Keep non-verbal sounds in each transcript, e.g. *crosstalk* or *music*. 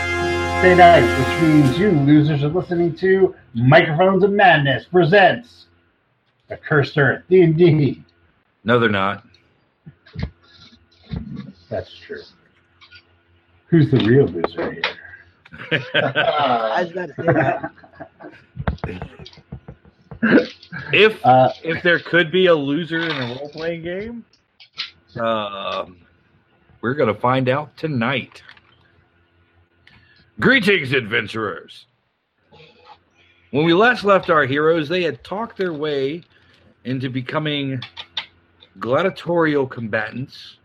Thursday nights, which means you losers are listening to Microphones of Madness presents The Cursed Earth D&D. No, they're not. That's true. Who's the real loser here? I was about to say *laughs* that. if Uh, if there could be a loser in a role playing game, um, we're gonna find out tonight. Greetings, adventurers. When we last left our heroes, they had talked their way into becoming gladiatorial combatants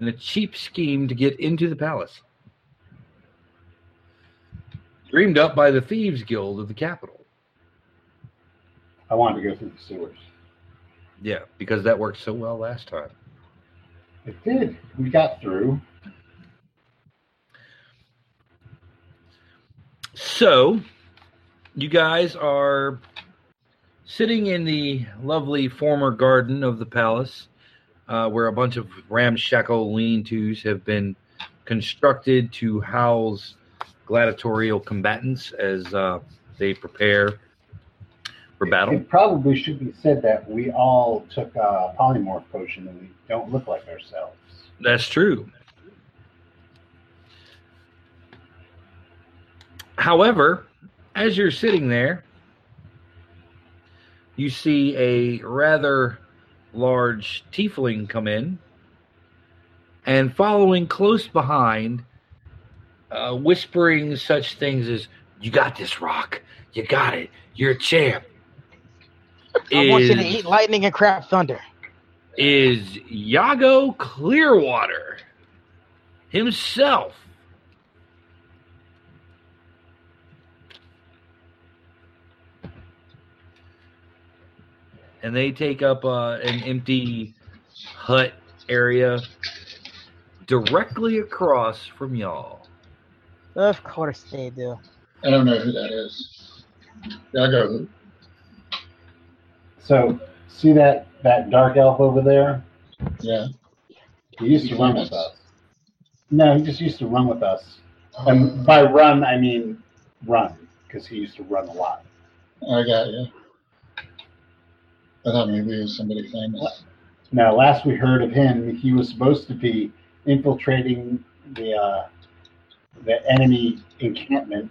in a cheap scheme to get into the palace. Dreamed up by the Thieves Guild of the capital. I wanted to go through the sewers. Yeah, because that worked so well last time. It did. We got through. So, you guys are sitting in the lovely former garden of the palace, uh, where a bunch of ramshackle lean tos have been constructed to house gladiatorial combatants as uh, they prepare for battle. It probably should be said that we all took a polymorph potion and we don't look like ourselves. That's true. However, as you're sitting there, you see a rather large tiefling come in, and following close behind, uh, whispering such things as, You got this, Rock. You got it. You're a champ. I want you to Is- eat lightning and crap thunder. is Yago Clearwater himself. And they take up uh, an empty hut area directly across from y'all. Of course they do. I don't know who that is. Yago, So, see that, that dark elf over there? yeah. He used to run with us. No, he just used to run with us. Um, And by run, I mean run, because he used to run a lot. I got you. I thought maybe it was somebody famous. Now, last we heard of him, he was supposed to be infiltrating the uh, the enemy encampment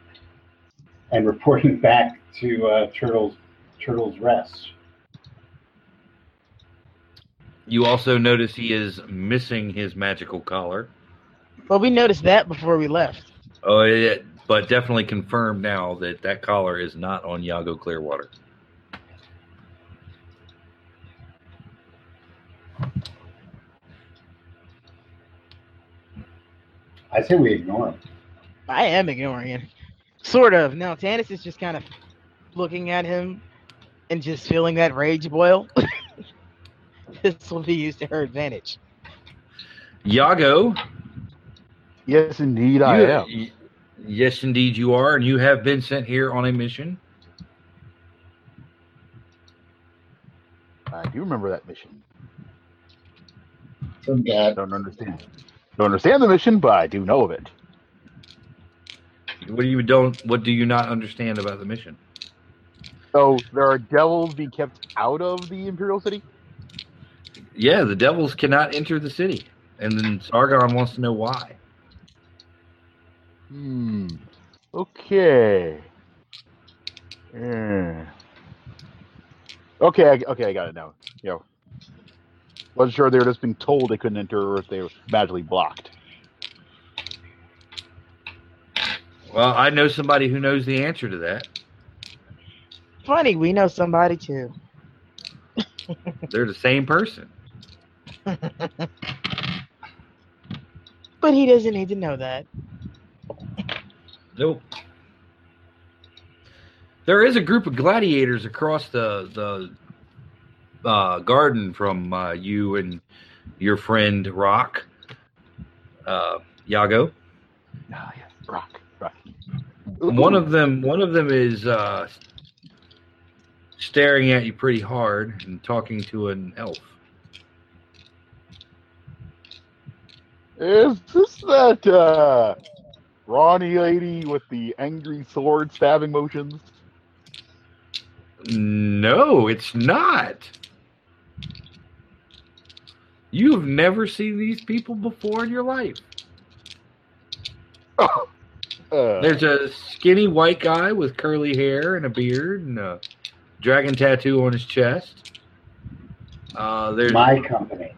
and reporting *laughs* back to uh, Turtles Turtles Rest. You also notice he is missing his magical collar. Well, we noticed that before we left. Oh, yeah, but definitely confirmed now that that collar is not on Yago Clearwater. I say we ignore him. I am ignoring him. Sort of. No, Tanis is just kind of looking at him and just feeling that rage boil. *laughs* this will be used to her advantage. Yago, Yes, indeed, I You- am. y- Yes, indeed, you are, and you have been sent here on a mission. I do remember that mission. From I God. don't understand. Don't understand the mission, but I do know of it. What do you don't? What do you not understand about the mission? So there are devils being kept out of the Imperial City. Yeah, the devils cannot enter the city, and then Sargon wants to know why. Hmm. Okay. Yeah. Okay. I, okay. I got it now. Yo. Wasn't sure they were just being told they couldn't enter, or if they were magically blocked. Well, I know somebody who knows the answer to that. Funny, we know somebody too. They're the same person. But he doesn't need to know that. *laughs* Nope. There is a group of gladiators across the the uh, garden from uh, you and your friend Rock, uh, Yago. Ah, yes. Rock. Rock. One of them, one of them is uh, staring at you pretty hard and talking to an elf. Is this that uh Ronnie lady with the angry sword stabbing motions. No, it's not. You've never seen these people before in your life. Uh, There's a skinny white guy with curly hair and a beard and a dragon tattoo on his chest. Uh, there's My company.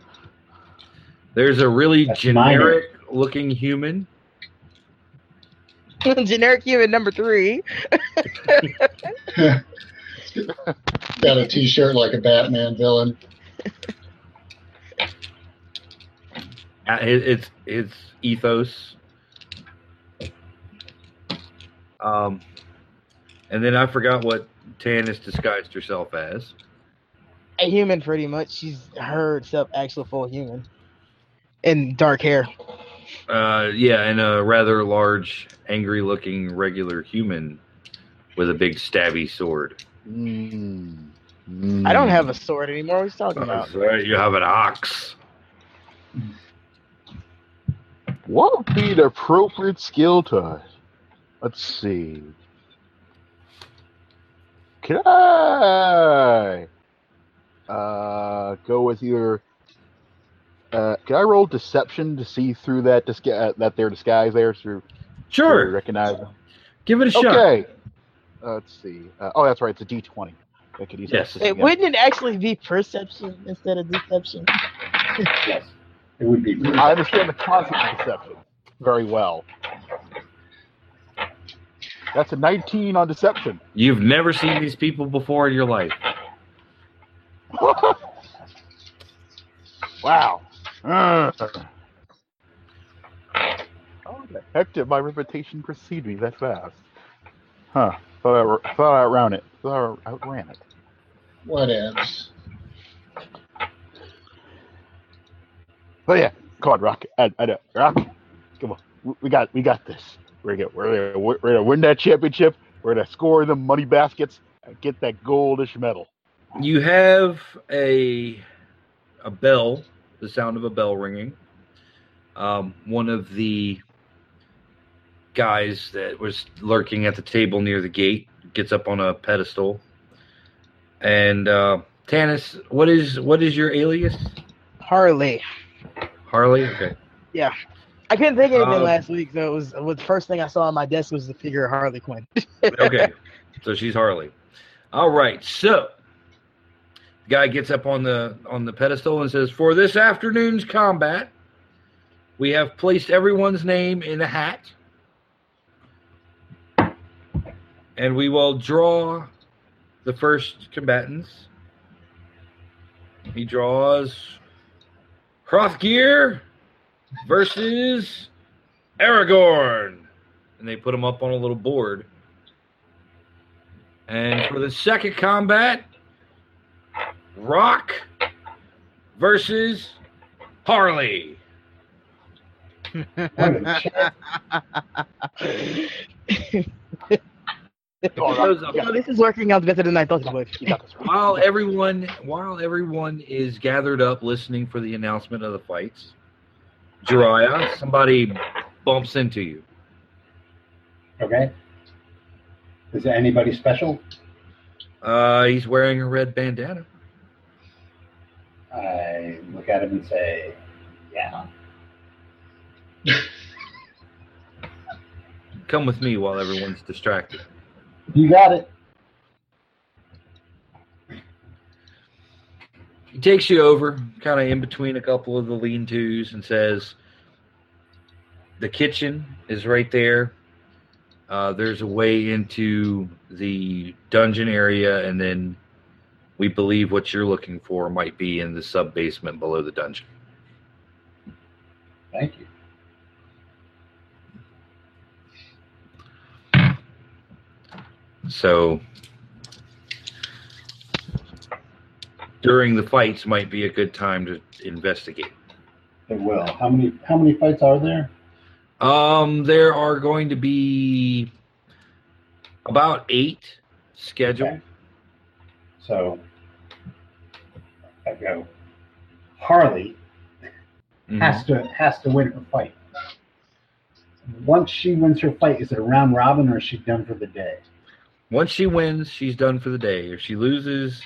there's a really That's my name. generic looking human. Generic human number three. Got a T-shirt like a Batman villain. Uh, it- It's it's ethos. Um, and then I forgot what Tannis disguised herself as. A human, pretty much. She's her herself actual full human. And dark hair. Uh, yeah, and a rather large, angry looking regular human with a big stabby sword. mm, I don't have a sword anymore. What are you talking about? That's right, Uh, you have an ox. What would be the appropriate skill to? Let's see. Could I uh, go with either? Uh, can I roll deception to see through that disgu- uh, that their disguise there? Through Sure, recognize them? give it a shot. Okay. Uh, let's see. Uh, oh, that's right. It's a D twenty. I could use Yes. that. Wait, wouldn't it actually be perception instead of deception? Yes. It would be. I understand the concept of deception very well. That's a 19 on deception. *laughs* You've never seen these people before in your life. wow. Uh. Ugh. How Oh, the heck did my reputation precede me that fast? Huh. Thought I, were- thought I outran it. Thought I outran it. What else? But yeah, come on, Rock. I, I know. Rock, come on. We- We got we got this. We're gonna we're gonna, we're gonna win that championship. We're gonna score the money baskets and get that goldish medal. You have a a bell, the sound of a bell ringing. Um, one of the guys that was lurking at the table near the gate gets up on a pedestal. And uh, Tanis, what is what is your alias? Harley. Harley. Okay. I couldn't think of anything Um, last week, so it was, it was the first thing I saw on my desk was the figure of Harley Quinn. *laughs* okay. So she's Harley. All right. So the guy gets up on the on the pedestal and says, "For this afternoon's combat, we have placed everyone's name in a hat, and we will draw the first combatants." He draws Hrothgear versus Aragorn. And they put him up on a little board. And for the second combat, Rock versus Harley. What a chat. Come on, Rock, Shows up. you No, got this is working out better than I thought it would. this, you got this, Rock. While everyone while everyone is gathered up listening for the announcement of the fights, Jiraiya, somebody bumps into you. Okay. Is there anybody special? Uh, he's wearing a red bandana. I look at him and say, yeah. Come with me while everyone's distracted. You got it. He takes you over, kind of in between a couple of the lean tos, and says, The kitchen is right there. Uh, there's a way into the dungeon area, and then we believe what you're looking for might be in the sub basement below the dungeon. Thank you. So during the fights might be a good time to investigate. It will. How many how many fights are there? Um, there are going to be about eight scheduled. Okay. So I go. Harley Mhm. has to has to win her fight. once she wins her fight, is it a round robin or is she done for the day? Once she wins, she's done for the day. If she loses,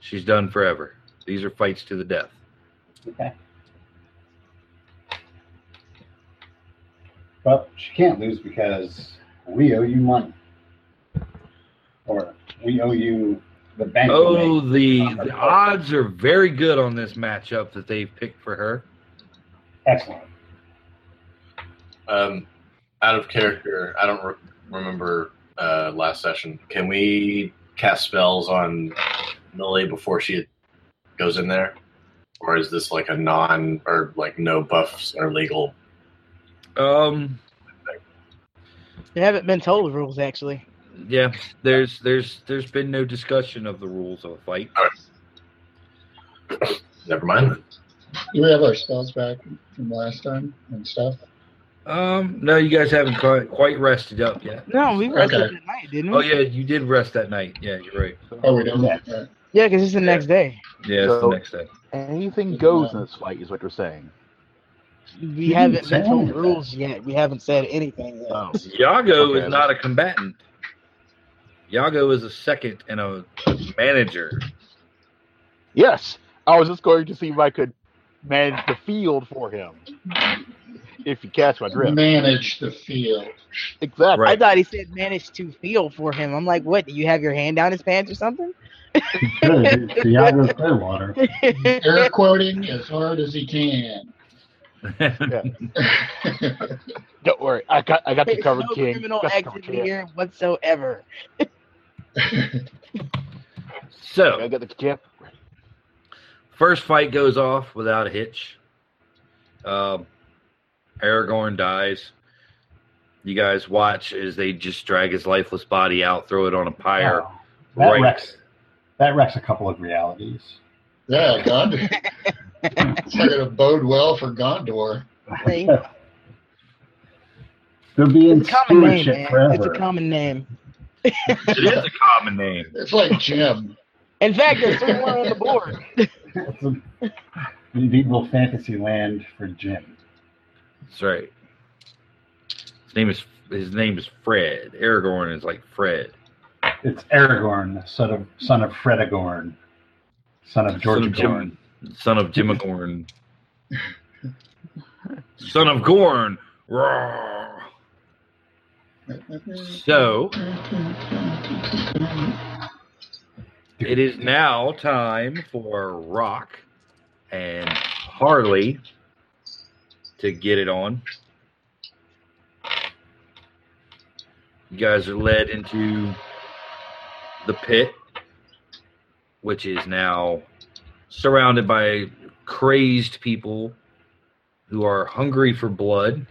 she's done forever. These are fights to the death. Okay. Well, she can't lose because we owe you money. Or we owe you the bank. Oh, the, the odds are very good on this matchup that they've picked for her. Excellent. Um, out of character, I don't re- remember uh, last session. Can we cast spells on Millie before she goes in there, or is this like a non or like no buffs are legal? Um, They haven't been told the rules actually. yeah, there's there's there's been no discussion of the rules of a fight. Never mind. then. Do we have our spells back from last time and stuff? Um, no, you guys haven't quite, quite rested up yet. No, we rested Okay. that night, didn't we? Oh yeah, you did rest that night. Yeah, you're right. Oh, we don't. Yeah. Right. Yeah, because it's the next day. Yeah, it's So- the next day. Anything goes in this fight, is what you're saying. We didn't haven't say been told the anything. rules yet. We haven't said anything yet. Oh, Yago Okay. is not a combatant. Yago is a second and a, a manager. yes. I was just going to see if I could manage the field for him. If you catch my drift. Manage the field. Exactly. I Right. thought he said managed to feel for him. I'm like, what? Do you have your hand down his pants or something? Good. It's Iago *laughs* Clearwater. Air quoting as hard as he can. *laughs* Don't worry. I got I got you There's covered, no King. criminal Got you covered, activity King. here whatsoever. I *laughs* so got the champ. first fight goes off without a hitch. Um, Aragorn dies. You guys watch as they just drag his lifeless body out, throw it on a pyre. Wow. That right. wrecks. That wrecks a couple of realities. Yeah, Gondor. it's not going to bode well for Gondor. Hey, They'll be in it's a common name, stewardship man. It's forever. a common name. It is a common *laughs* name. It's like Jim. In fact, there's still one on the board. It's a *laughs* medieval fantasy land for Jim. That's right. His name is his name is Fred. Aragorn is like Fred. It's Aragorn, son of son of Fredagorn, son of Son George of Gorn. Jim, son of Jimagorn. son of Gorn. Roar. So it is now time for Rock and Harley to get it on. You guys are led into the pit, which is now surrounded by crazed people who are hungry for blood.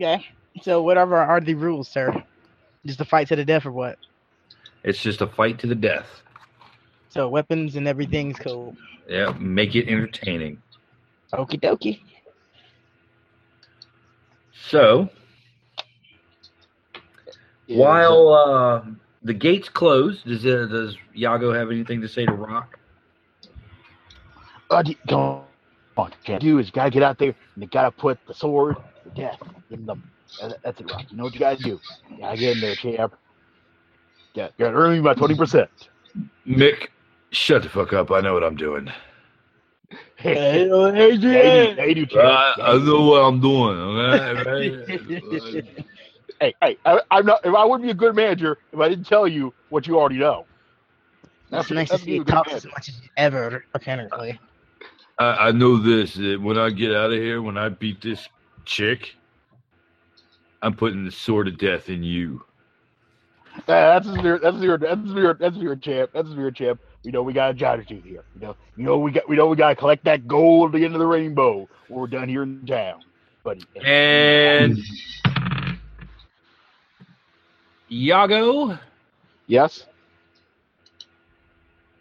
Okay. So whatever are the rules, sir? Just a fight to the death or what? It's just a fight to the death. So weapons and everything's cool. Yeah, make it entertaining. Okie dokie. So Is- while uh, the gates close, does uh, does Yago have anything to say to Rock? Uh, d- come on, can do is you gotta get out there and you gotta put the sword to death. Give them the- that- That's it, Rock. You know what you gotta do. You gotta get in there, champ. Yeah, you gotta earn me by twenty percent. *laughs* Mick, shut the fuck up! I know what I'm doing. Hey, hey, hey, Uh, champ. Yeah, you do. what I'm doing. hey, hey, I, I'm not. If I wouldn't be a good manager if I didn't tell you what you already know. That's nice to that's see you good, good talk man. as much as you ever, apparently. *laughs* I, I know this. That when I get out of here, when I beat this chick, I'm putting the sword of death in you. Yeah, that's zero. That's zero. That's zero. That's zero, champ. That's zero, champ. We know we got a job to do here. You know, you know we got. We know we got to collect that gold at the end of the rainbow. When we're done here in town, buddy. *laughs* And Yago yes,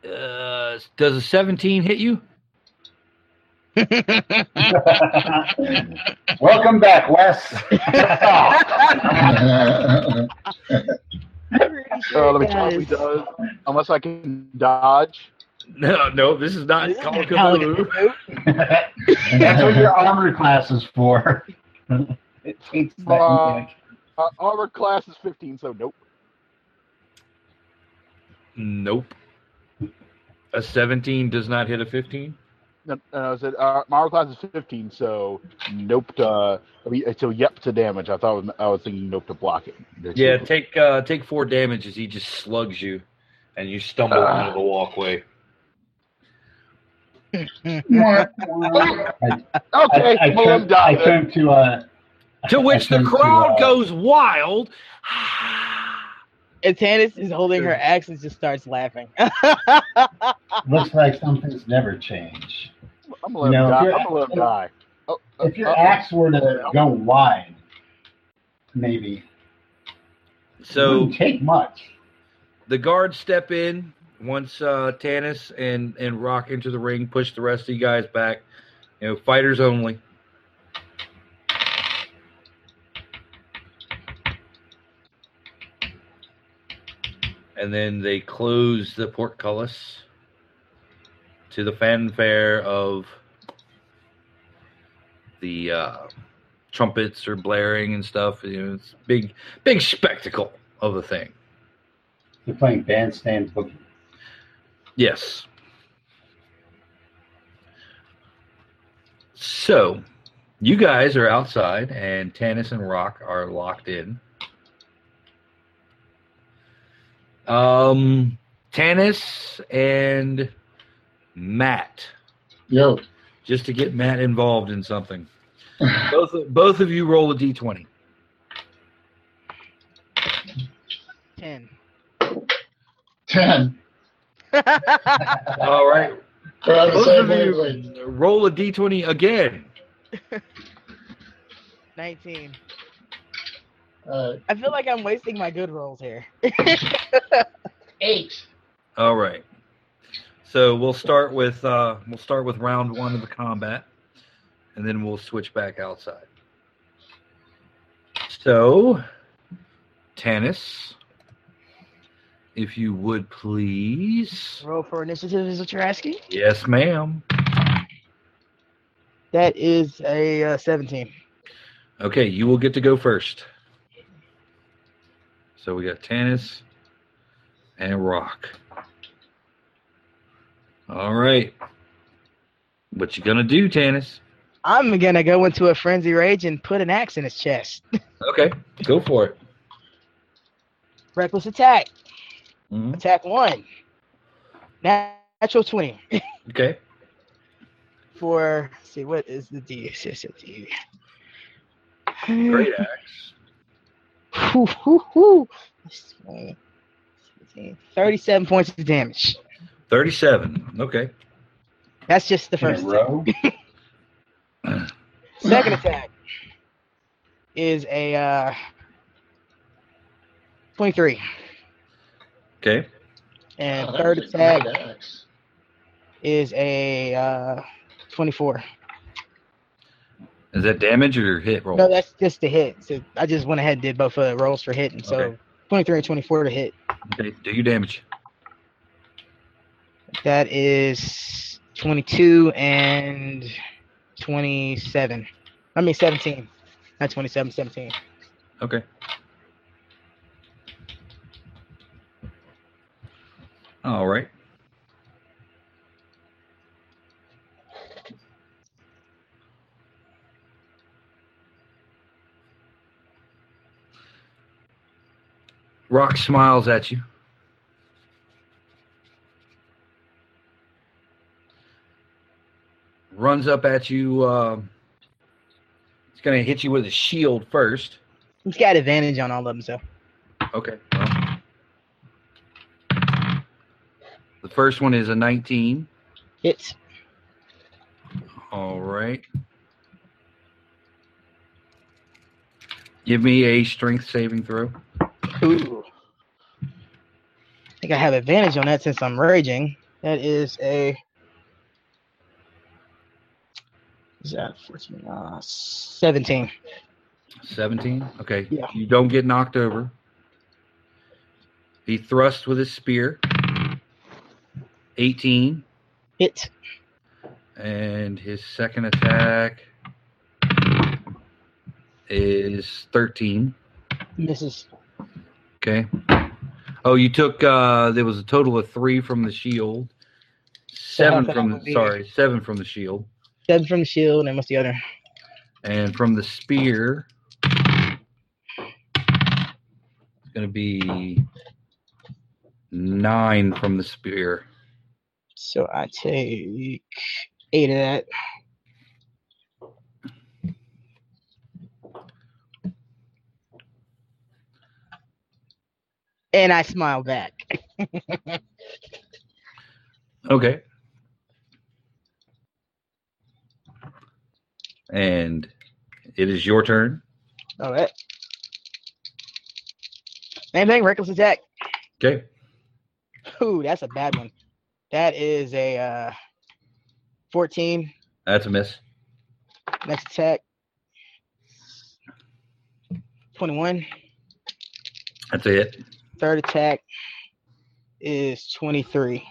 uh, does a 17 hit you? *laughs* Welcome back, Wes. *laughs* That's uh, let me tell you what he does. Unless I can dodge, No, no, this is not Call of Call of Cthulhu. Cthulhu. That's what your armor class is for. *laughs* it takes that Wow. mechanic. Uh, armor class is 15, so nope. Nope. A 17 does not hit a 15. No, no, I said uh, my armor class is 15, so nope. To, uh, I mean, so yep to damage. I thought I was thinking nope to block it. Yeah, *laughs* take uh, take four damage as he just slugs you, and you stumble Ah. onto the walkway. okay, I, I, well, I'm turned, I done. turned to uh, To which the *laughs* turned to, crowd uh, goes wild. *sighs* And Tannis is holding her axe and just starts laughing. *laughs* looks like something's never changed. I'm gonna let him No, if die. you're- I'm gonna let him die. Oh, oh, If your oh, axe were to go wide, maybe it So wouldn't take much. the guards step in once uh, Tannis and and Rock into the ring, push the rest of you guys back. You know, fighters only. And then they close the portcullis to the fanfare of the uh, trumpets are blaring and stuff. You know, it's big, big spectacle of a thing. They're playing bandstand boogie. Yes. So, you guys are outside, and Tannis and Rock are locked in. Um, Tannis and Matt, *laughs* Yo. just to get Matt involved in something. Both both of you roll a d20. Ten. *laughs* 10. All right, We're on the both same of wavelength. you roll a d20 again. Nineteen. All right. I feel like I'm wasting my good rolls here. 8. All right. So we'll start with uh, we'll start with round one of the combat, and then we'll switch back outside. So, Tannis, if you would please. Roll for initiative is what you're asking. Yes, ma'am. That is a uh, seventeen. Okay, you will get to go first. So we got Tannis and Rock. All right. What you gonna do, Tannis? I'm gonna go into a frenzy rage and put an axe in his chest. Okay, go for it. Reckless attack. Mhm. Attack one. Natural twenty. Okay. for let's see what is the D It's just a D. Great axe. Whew, whew, whew. That's 20, 17, 37 points of damage. 37. Okay. That's just the in a first. attack. row. *laughs* Second attack is a uh, 23. Okay. And Wow, Oh, that third was a great attack axe. is a uh, 24. Is that damage or hit roll? No, that's just the hit. So I just went ahead and did both uh, rolls for hitting. So Okay. 23 and 24 to hit. okay. Do you damage? That is 22 and 27. I mean 17. Not 27, 17. Okay. All right. Rock smiles at you. Runs up at you. Um, it's going to hit you with a shield first. He's got advantage on all of them, so. Okay. well. The first one is a 19. Hits. All right. Give me a strength saving throw. Ooh. I think I have advantage on that since I'm raging. That is a. Is that 14? Uh, 17. 17. Okay. Yeah. You don't get knocked over. He thrusts with his spear. 18. Hit. And his second attack is 13. Misses. Okay. Oh, you took, uh, there was a total of three from the shield, seven that from, would be- sorry, seven from the shield. Seven from the shield, and what's the other? And from the spear, it's going to be nine from the spear. So I take eight of that. And I smile back. Okay. And it is your turn. All right. Same thing, reckless attack. Okay. Ooh, that's a bad one. That is a uh, 14. That's a miss. Next attack. 21. That's a hit. Third attack is 23.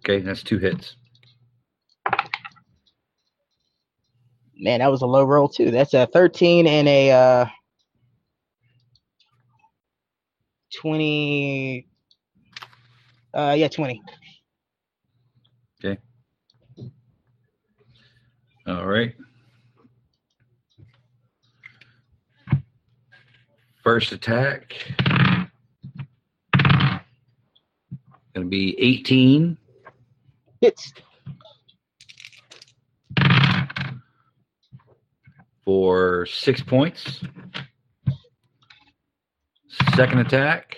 Okay. That's two hits. Man, that was a low roll too. That's a 13 and a uh 20 uh yeah, 20. All right. First attack. Going to be 18. Hits. for six points. Second attack,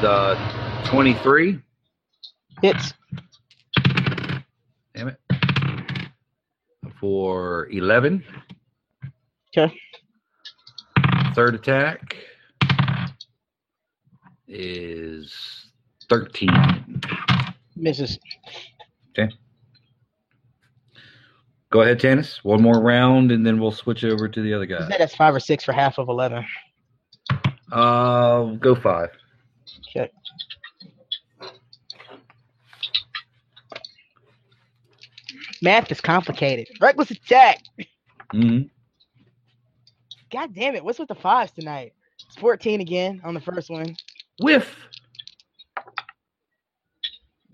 the 23. Hits. Damn it. For 11. 'Kay. Third attack is 13. Misses. Go ahead, Tannis. One more round, and then we'll switch over to the other You guy. said that's 5 or 6 for half of 11. Uh, go five. Okay. Math is complicated. Reckless attack. Mm-hmm. God damn it. What's with the fives tonight? It's 14 again on the first one. Whiff.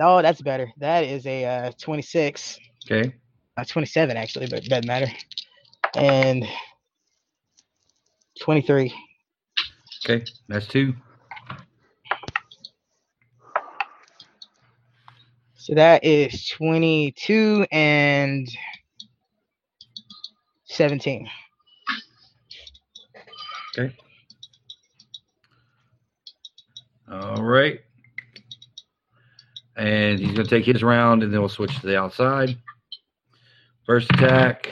Oh, that's better. That is a uh, 26. Okay. uh, 27 actually, but doesn't matter. And 23. Okay, that's two. So that is 22 and 17. All right. And he's going to take his round, and then we'll switch to the outside. First attack,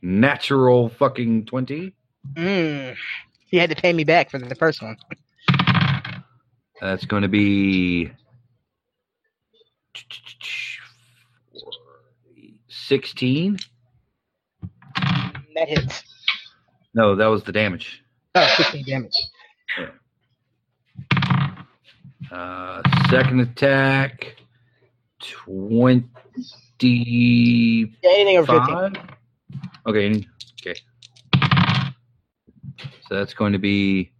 natural fucking 20. Mm. He had to pay me back for the first one. That's going to be 16. That hits. No, that was the damage. Oh, 16 damage. Uh, second attack, 20. Yeah, anything over 15. Five? Okay. any- Okay. So that's going to be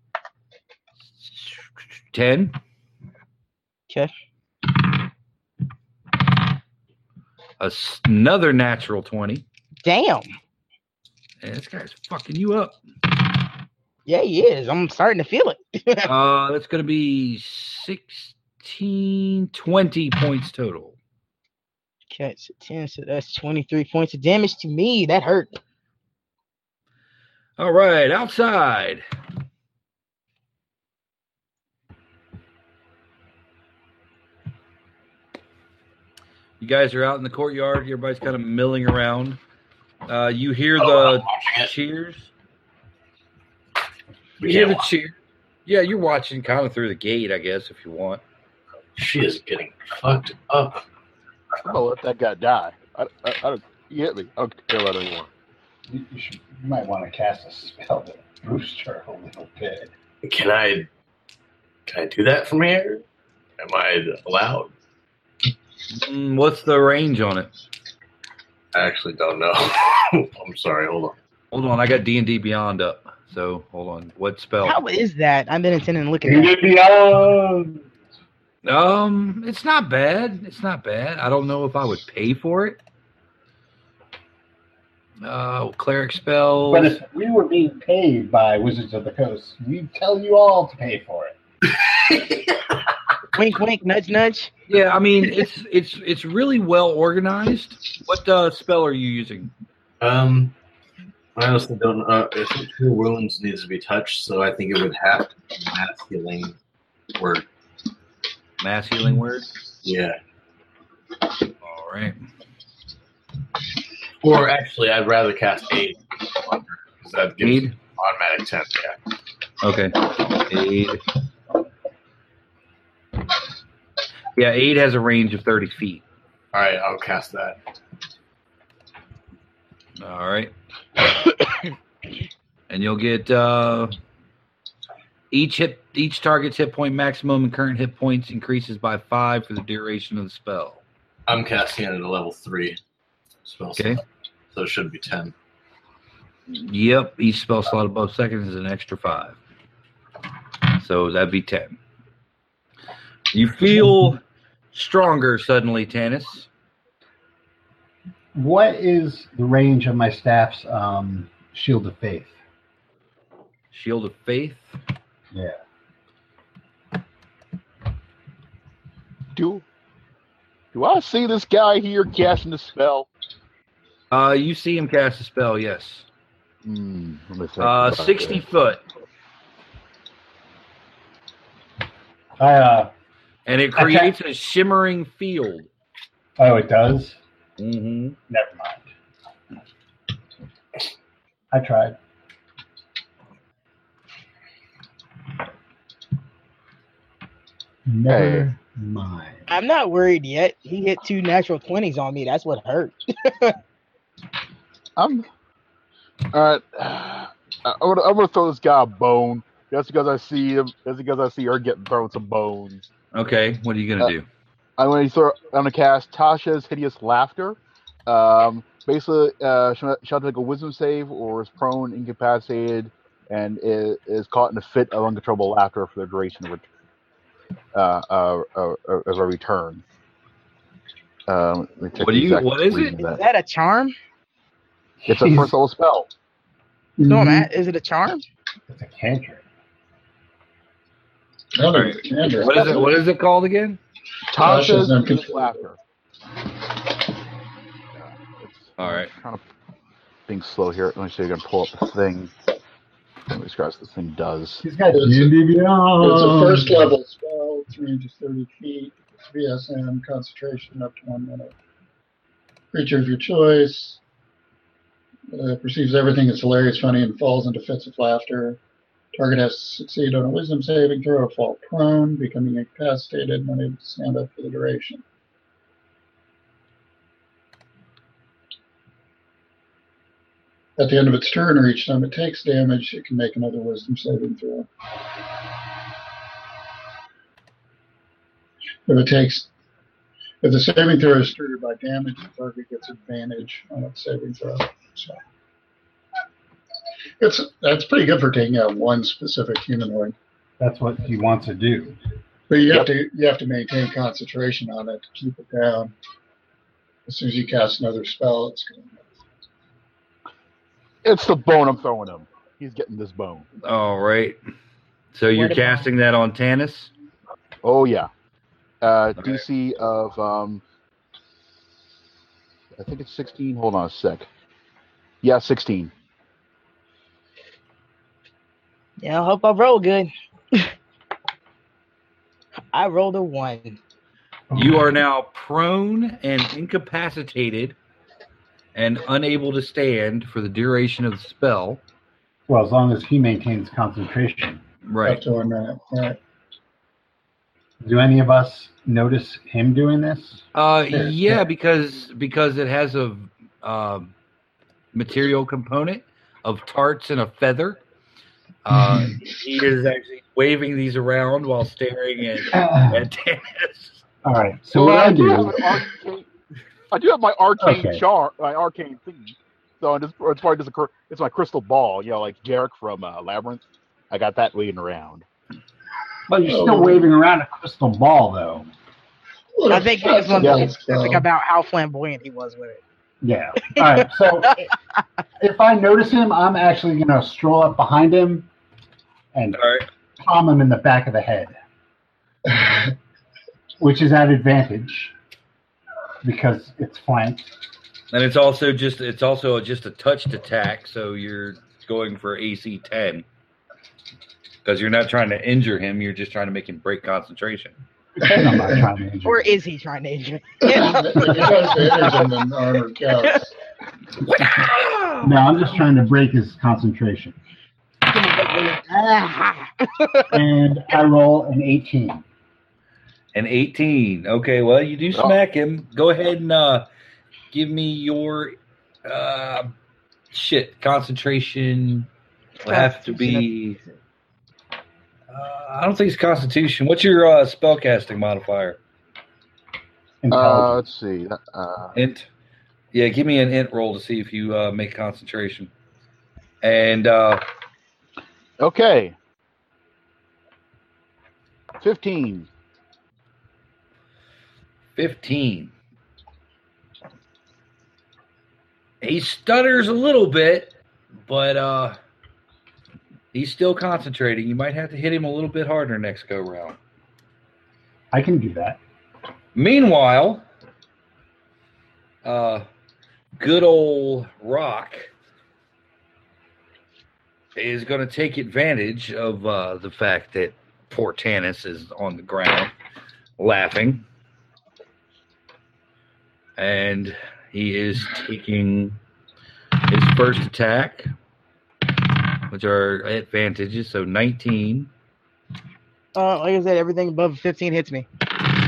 ten. 'Kay. A s- Another natural twenty. Damn. And this guy's fucking you up. Yeah, he is. I'm starting to feel it. Uh, that's going to be 16, 20 points total. Okay, so 10, so that's 23 points of damage to me. That hurt. All right, outside. You guys are out in the courtyard. Everybody's kind of milling around. Uh, you hear Oh, I'm the watching it. cheers. You We hear can't the watch. cheer. Yeah, you're watching kind of through the gate, I guess, if you want. She is getting fucked up. I'm gonna let that guy die. I, I, I don't. You hit me. I don't care about anyone. You, you, should, you might want to cast a spell to boost her a little bit. Can I? Can I do that from here? Am I allowed? Mm, What's the range on it? I actually don't know. *laughs* I'm sorry. Hold on. Hold on, I got D and D Beyond up. So hold on. What spell? How is that? I've been intending to look at that. Beyond. Um, it's not bad. It's not bad. I don't know if I would pay for it. Uh, cleric spells. But if we were being paid by Wizards of the Coast, we'd tell you all to pay for it. Wink, wink, nudge, nudge. yeah, I mean it's it's it's really well organized. What uh, spell are you using? Um, I honestly don't. Uh, if two wounds needs to be touched, so I think it would have to be mass healing work. Mass healing word. Yeah. All right. Or actually, I'd rather cast aid because that gives Need. automatic ten. Yeah. Okay. Aid. Yeah, aid has a range of thirty feet. All right, I'll cast that. All right. *coughs* and you'll get uh, each hit each target's hit point maximum and current hit points increases by five for the duration of the spell. I'm casting it at a level three spell Okay. slot, so it should be ten. Yep, each spell slot above second is an extra five. So that'd be ten. You feel stronger suddenly, Tannis. What is the range of my staff's um, shield of faith? Shield of Faith. Yeah. Do do I see this guy here casting a spell? Uh, you see him cast a spell, yes. Hmm, let me think Uh, about 60 that. foot. I, uh, And it Okay. creates a shimmering field. oh, it does. Mm-hmm. Never mind. I tried. Never mind. I'm not worried yet. He hit two natural 20s on me. That's what hurt. I'm all right. *sighs* I- I'm gonna, I'm gonna throw this guy a bone. That's because I see him. That's because I see her getting thrown some bones. Okay, what are you gonna Uh, do? I'm gonna throw. I'm gonna cast Tasha's hideous laughter. Um, basically, uh, she'll, she'll have to make a wisdom save or is prone, incapacitated, and is, is caught in a fit of uncontrollable laughter for the duration of her, uh, uh, uh, uh, of her return. Um, let me check What do the you- exact what is reason it? of Is that. that a charm? It's a first level spell. No, Matt. Is it a charm? It's a cantrip. I don't know, Alright. Andrew. What is it? What is it called again? Tasha's Tasha's hideous uncontrollable- laughter. All right. Kind of being slow here. Let me see if I can pull up the thing. Let me scratch this thing does. He's got It's a- D&D Beyond. It's a first Oh. level spell, 330 feet, VSM concentration up to one minute. Creature of your choice uh, perceives everything as hilarious, funny, and falls into fits of laughter. Target has to succeed on a wisdom saving throw or fall prone, becoming incapacitated and unable to stand up for the duration. At the end of its turn or each time it takes damage, it can make another wisdom saving throw. If it takes, if the saving throw is triggered by damage, the target gets advantage on its saving throw. So it's that's pretty good for taking out one specific humanoid, That's what he wants to do. but you have to you have to maintain concentration on it to keep it down. As soon as you cast another spell, it's going to It's the bone I'm throwing him. He's getting this bone. All right. So you're about- casting that on Tannis. Oh yeah. Uh, Okay. DC of um, I think it's 16. Hold on a sec. Yeah, 16. Yeah, I hope I roll good. *laughs* I rolled a one. You are now prone and incapacitated, and unable to stand for the duration of the spell. Well, as long as he maintains concentration. up Right. to one minute. All right. Do any of us notice him doing *clears throat* this? Uh, Sure, yeah, sure. because because it has a um Mm-hmm. material component of tarts and a feather. Uh, he is actually waving these around while staring at, All at Dennis. right. Oh, So Well, what I do have do? an arcane- I do have my arcane Okay. char, my arcane thing. So and it's, it's probably just a, cr- it's my crystal ball, you know, like Jarek from uh, Labyrinth. I got that laying around. But Oh. you're still waving around a crystal ball, though. I think it's one Yeah. yeah, specific about how flamboyant he was with it. Yeah. All right. *laughs* So if I notice him, I'm actually gonna stroll up behind him and All right. palm him in the back of the head, which is at advantage because it's *laughs* flanked. And it's also just it's also just a touched attack, so you're going for AC ten. Because you're not trying to injure him, you're just trying to make him break concentration. And I'm not trying to injure Or him. is he trying to injure? *laughs* *laughs* If he tries to hit him, then armor counts. No, I'm just trying to break his concentration. Ah. And I roll an 18. And 18. Okay, well, you do smack him. Go ahead and uh, give me your uh, shit. Concentration will have to be. Uh, I don't think it's Constitution. What's your uh, spellcasting modifier? Uh, Intelligence. let's see. Uh, Int. Yeah, give me an int roll to see if you uh, make concentration. And uh, okay, fifteen. 15. He stutters a little bit, but uh he's still concentrating. You might have to hit him a little bit harder next go round. I can do that. Meanwhile, uh good old Rock is going to take advantage of uh the fact that poor Tannis is on the ground laughing. And he is taking his first attack, which are advantages. So 19. Uh, like I said, everything above 15 hits me.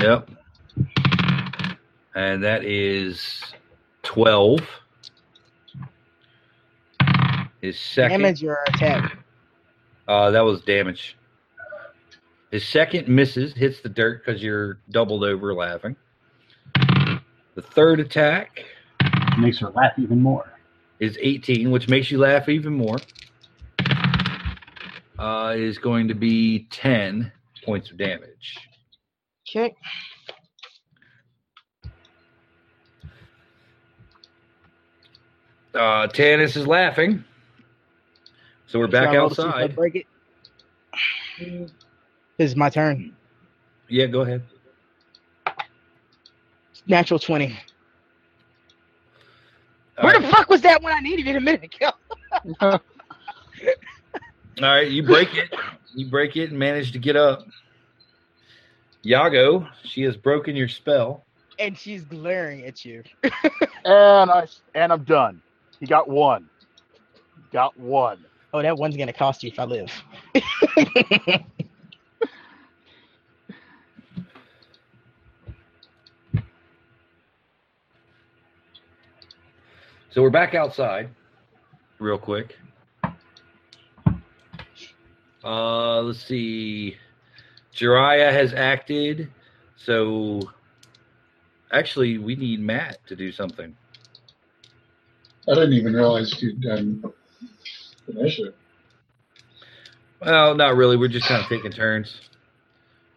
Yep. And that is 12. His second. Damage your attack. Uh, that was damage. His second misses, hits the dirt because you're doubled over laughing. The third attack makes her laugh even more. is 18, which makes you laugh even more. Uh, is going to be 10 points of damage. Okay. Uh, Tannis is laughing. So we're back Should I roll to see if I outside. Break it. *sighs* This is my turn. Yeah, go ahead. Natural 20. All Where right. the fuck was that when I needed it a minute ago? All right, you break it. You break it and manage to get up. Yago, she has broken your spell. *laughs* And she's glaring at you. And I s- and I'm done. He got one. Got one. Oh, that one's gonna cost you if I live. So we're back outside, real quick. Uh, let's see. Jiraiya has acted, so actually, we need Matt to do something. I didn't even realize you'd done *clears throat* initiative. Well, not really. We're just kind of taking turns.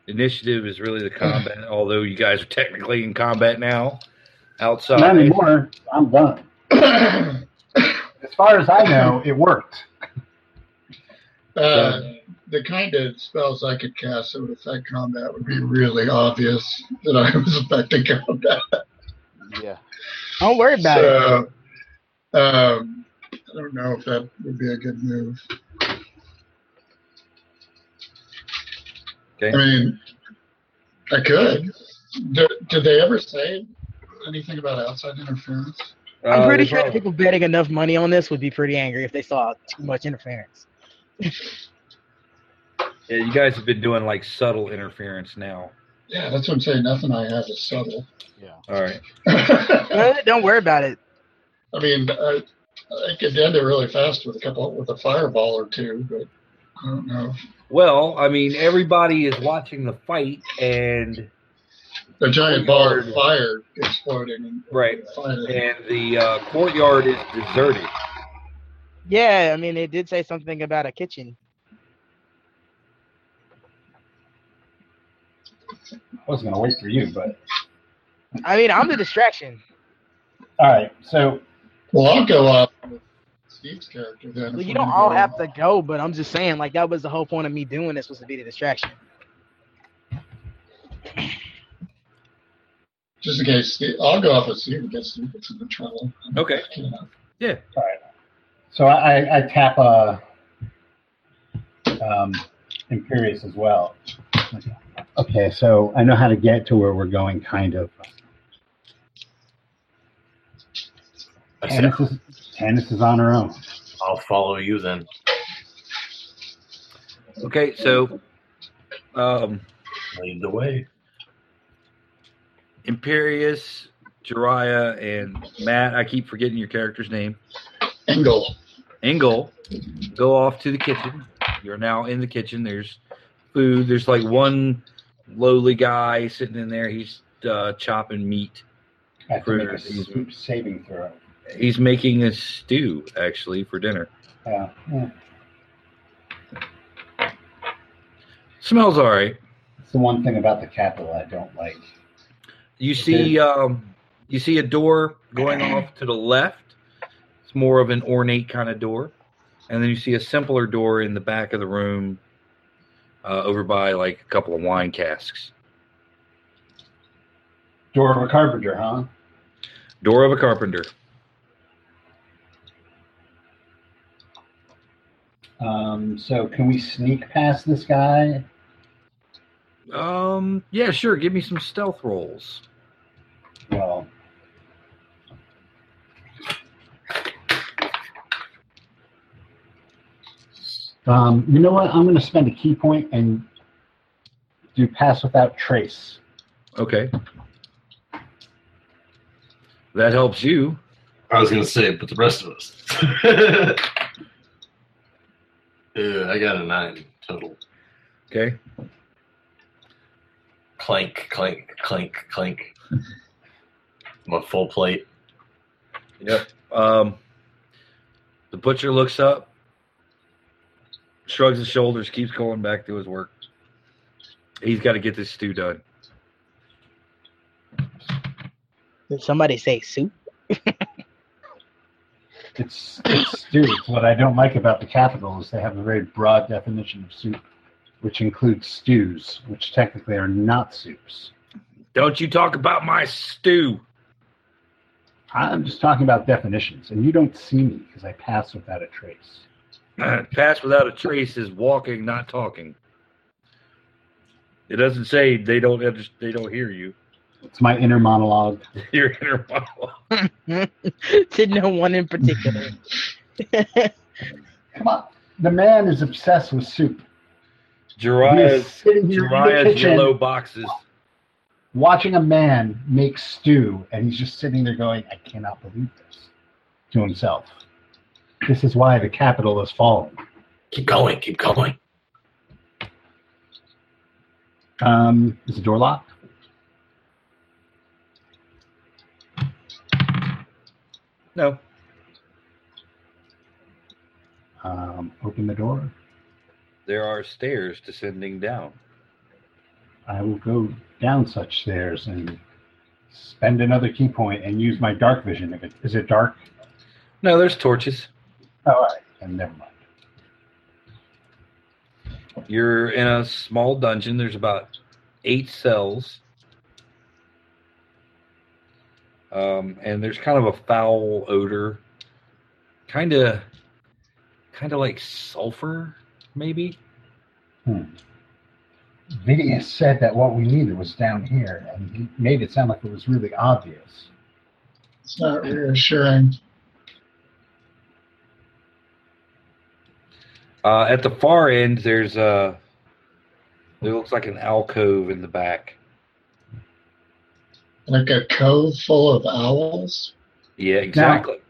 Initiative is really the combat, although you guys are technically in combat now. Outside, Not anymore. I'm done. As far as I know, it worked. Uh, the kind of spells I could cast that would affect combat would be really obvious that I was affecting combat. Yeah. *laughs* Don't worry about it. So, um, I don't know if that would be a good move. Okay. I mean, I could. Did, did they ever say anything about outside interference? Uh, I'm pretty there's sure all- the people betting enough money on this would be pretty angry if they saw too much interference. Yeah, you guys have been doing like subtle interference now. Yeah, that's what I'm saying. Nothing I have is *laughs* subtle. Yeah. All right. I Uh, Don't worry about it. mean, I, I could end it really fast with a couple with a fireball or two, but I don't know. Well, I mean, everybody is watching the fight, and The giant ball of Courtyard. fire exploding. And Right. Fire. and the uh, courtyard is deserted. Yeah, I mean, it did say something about a kitchen. I was going to wait for you, but I mean, I'm the distraction. all right. So Well, I'll go up with Steve's character then. Well, if you we're don't gonna all go have to go, but I'm just saying, like, that was the whole point of me doing this was to be the distraction. Just in case, Steve, I'll go up with Steve in case Steve gets into trouble. Okay. You know. So I, I- I tap uh, um, Imperious as well. Okay, so I know how to get to where we're going, kind of. I said, Tannis is, Tannis is on her own. I'll follow you then. Okay, so um, Lead the way. Imperius, Jiraiya, and Matt, I keep forgetting your character's name, Engel. Engel, go off to the kitchen. You're now in the kitchen. There's food. There's like one lowly guy sitting in there. He's uh, chopping meat. I have to make a Bruce. snoop saving throw. He's making a stew, actually, for dinner. Yeah. yeah. Smells all right. It's the one thing about the capital I don't like. You see, um, you see a door going off to the left. It's more of an ornate kind of door, and then you see a simpler door in the back of the room, uh, over by like a couple of wine casks. Door of a carpenter, huh? Door of a carpenter. Um, so can we sneak past this guy? Um, yeah, sure. Give me some stealth rolls. Well, um, you know what? I'm going to spend a key point and do pass without trace. Okay, that helps you. I was gonna say, but the rest of us. uh, *laughs* I got a nine total. Okay, Clank, clank, clank, clank. My full plate. Um, the butcher looks up, shrugs his shoulders, keeps going back to his work. He's got to get this stew done. Did somebody say soup? *laughs* It's, it's *laughs* stupid. What I don't like about the capital is they have a very broad definition of soup, which includes stews, which technically are not soups. Don't you talk about my stew? *clears throat* I'm just talking about definitions, and you don't see me because I pass without a trace. Pass without a trace is walking, not talking. It doesn't say they don't under- they don't hear you. *laughs* It's my inner monologue. Your inner monologue. to no one in particular. Come on. The man is obsessed with soup. He's Jiraiya's, sitting here in the Jiraiya's kitchen yellow boxes. Watching a man make stew, and he's just sitting there going, I cannot believe this to himself. This is why the capital is falling. Keep going, keep going. Um, is the door locked? No, Um, open the door. there are stairs descending down. I will go down such stairs and spend another key point and use my dark vision. If it is it dark? No, there's torches. Oh, all right. And never mind. You're in a small dungeon. There's about eight cells. Um, and there's kind of a foul odor. Kind of kind of like sulfur maybe. Vidius said that what we needed was down here, and he made it sound like it was really obvious. It's not reassuring. Uh, at the far end there's a it looks like an alcove in the back. Like a cove full of owls. Yeah, exactly. *laughs*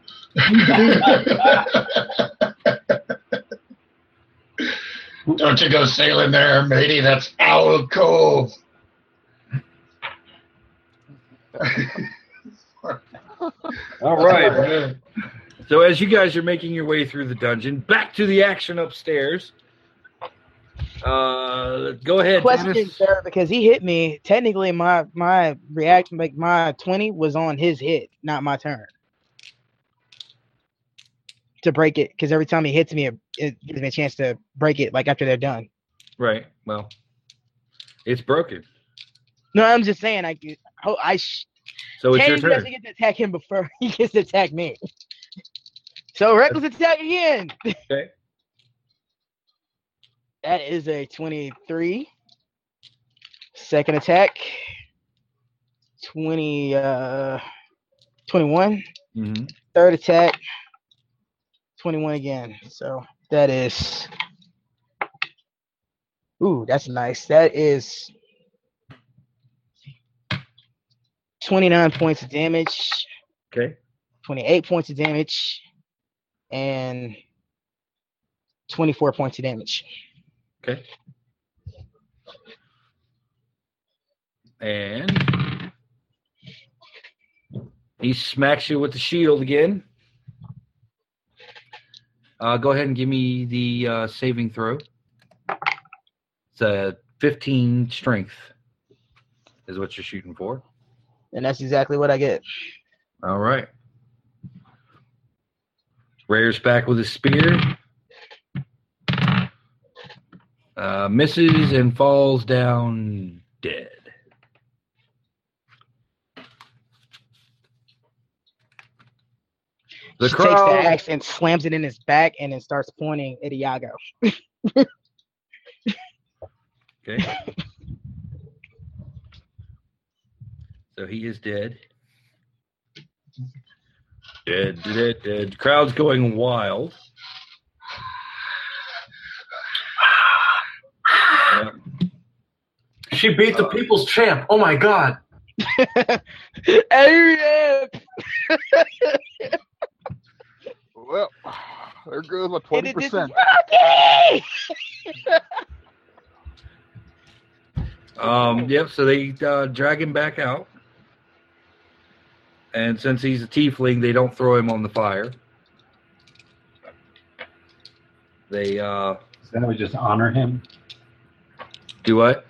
Don't you go sailing there, matey. That's Owl Cove. All right. uh, So as you guys are making your way through the dungeon, back to the action upstairs. Uh, go ahead. Question, Dennis. sir, because he hit me. Technically, my my reaction, like my twenty, was on his hit, not my turn. To break it, because every time he hits me, it, it gives me a chance to break it. Like after they're done. Right. Well, it's broken. No, I'm just saying. I get- ho- I sh- So it's your technically turn. doesn't get to attack him before *laughs* he gets to attack me. So reckless attack again. Okay. *laughs* That is a 23. Second attack. 20 uh 21. hmm Third attack. 21 again. So that is Ooh, that's nice. That is 29 points of damage. Okay. 28 points of damage and 24 points of damage. Okay. And he smacks you with the shield again. Uh, go ahead and give me the uh, saving throw. It's a 15 strength, is what you're shooting for. And that's exactly what I get. All right. Rayer's back with his spear. Uh, misses and falls down dead. The she takes the crow. axe and slams it in his back and then starts pointing at Iago. Okay. so he is dead. Dead, dead, dead. Crowd's going wild. Yep. She beat the people's champ. Oh my god. Arab! Well, there goes my And twenty it is percent. Rocky! Um, yep, so they uh, drag him back out. And since he's a tiefling, they don't throw him on the fire. They uh, So that would just honor him. do what?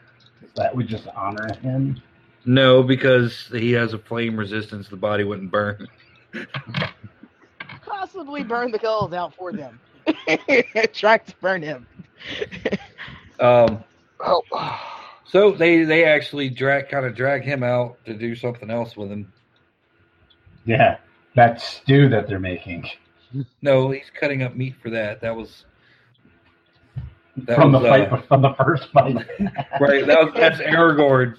That would just honor him. No, because he has a flame resistance, the body wouldn't burn. Possibly burn the coals out for *laughs* them. Trying to burn him. Um, Oh, so they they actually drag kind of drag him out to do something else with him. Yeah, that stew that they're making No, he's cutting up meat for that. That was that from was the uh, fight from the first fight. right. That was *laughs* that's Aragorn.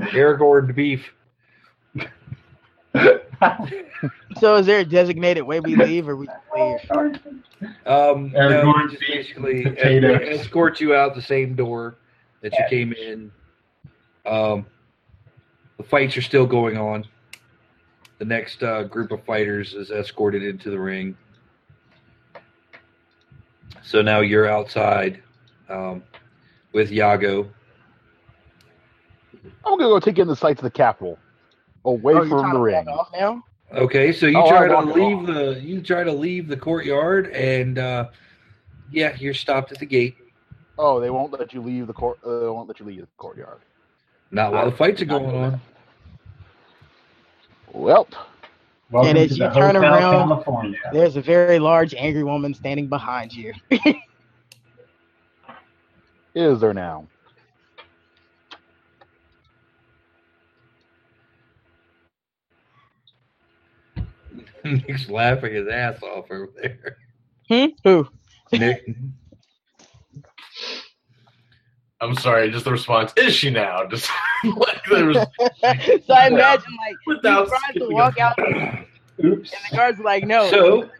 Aragorn beef. So is there a designated way *laughs* we leave or we just leave? Um, no, Aragorn just beef, basically potatoes. they escort you out the same door that you came in. Um, the fights are still going on. The next uh, group of fighters is escorted into the ring. So now you're outside um, with Yago. I'm gonna go take in the sights of the capital, away Oh, you're from trying the to walk ring. off now? Okay, so you Oh, try I to walk it leave off. the you try to leave the courtyard, and uh, yeah, you're stopped at the gate. Oh, they won't let you leave the court. Uh, they won't let you leave the courtyard. Not while the fights are going on. Well, Welcome And as to you the turn Hotel around- California. There's a very large angry woman standing behind you. is there now? *laughs* Nick's laughing his ass off over there. Hmm? Who? Nick, I'm sorry, just the response. Is she now? *laughs* Just like there *laughs* *laughs* was so I imagine like without he tries to skipping walk a- out, and Oops. the guards are like, "No, So- oh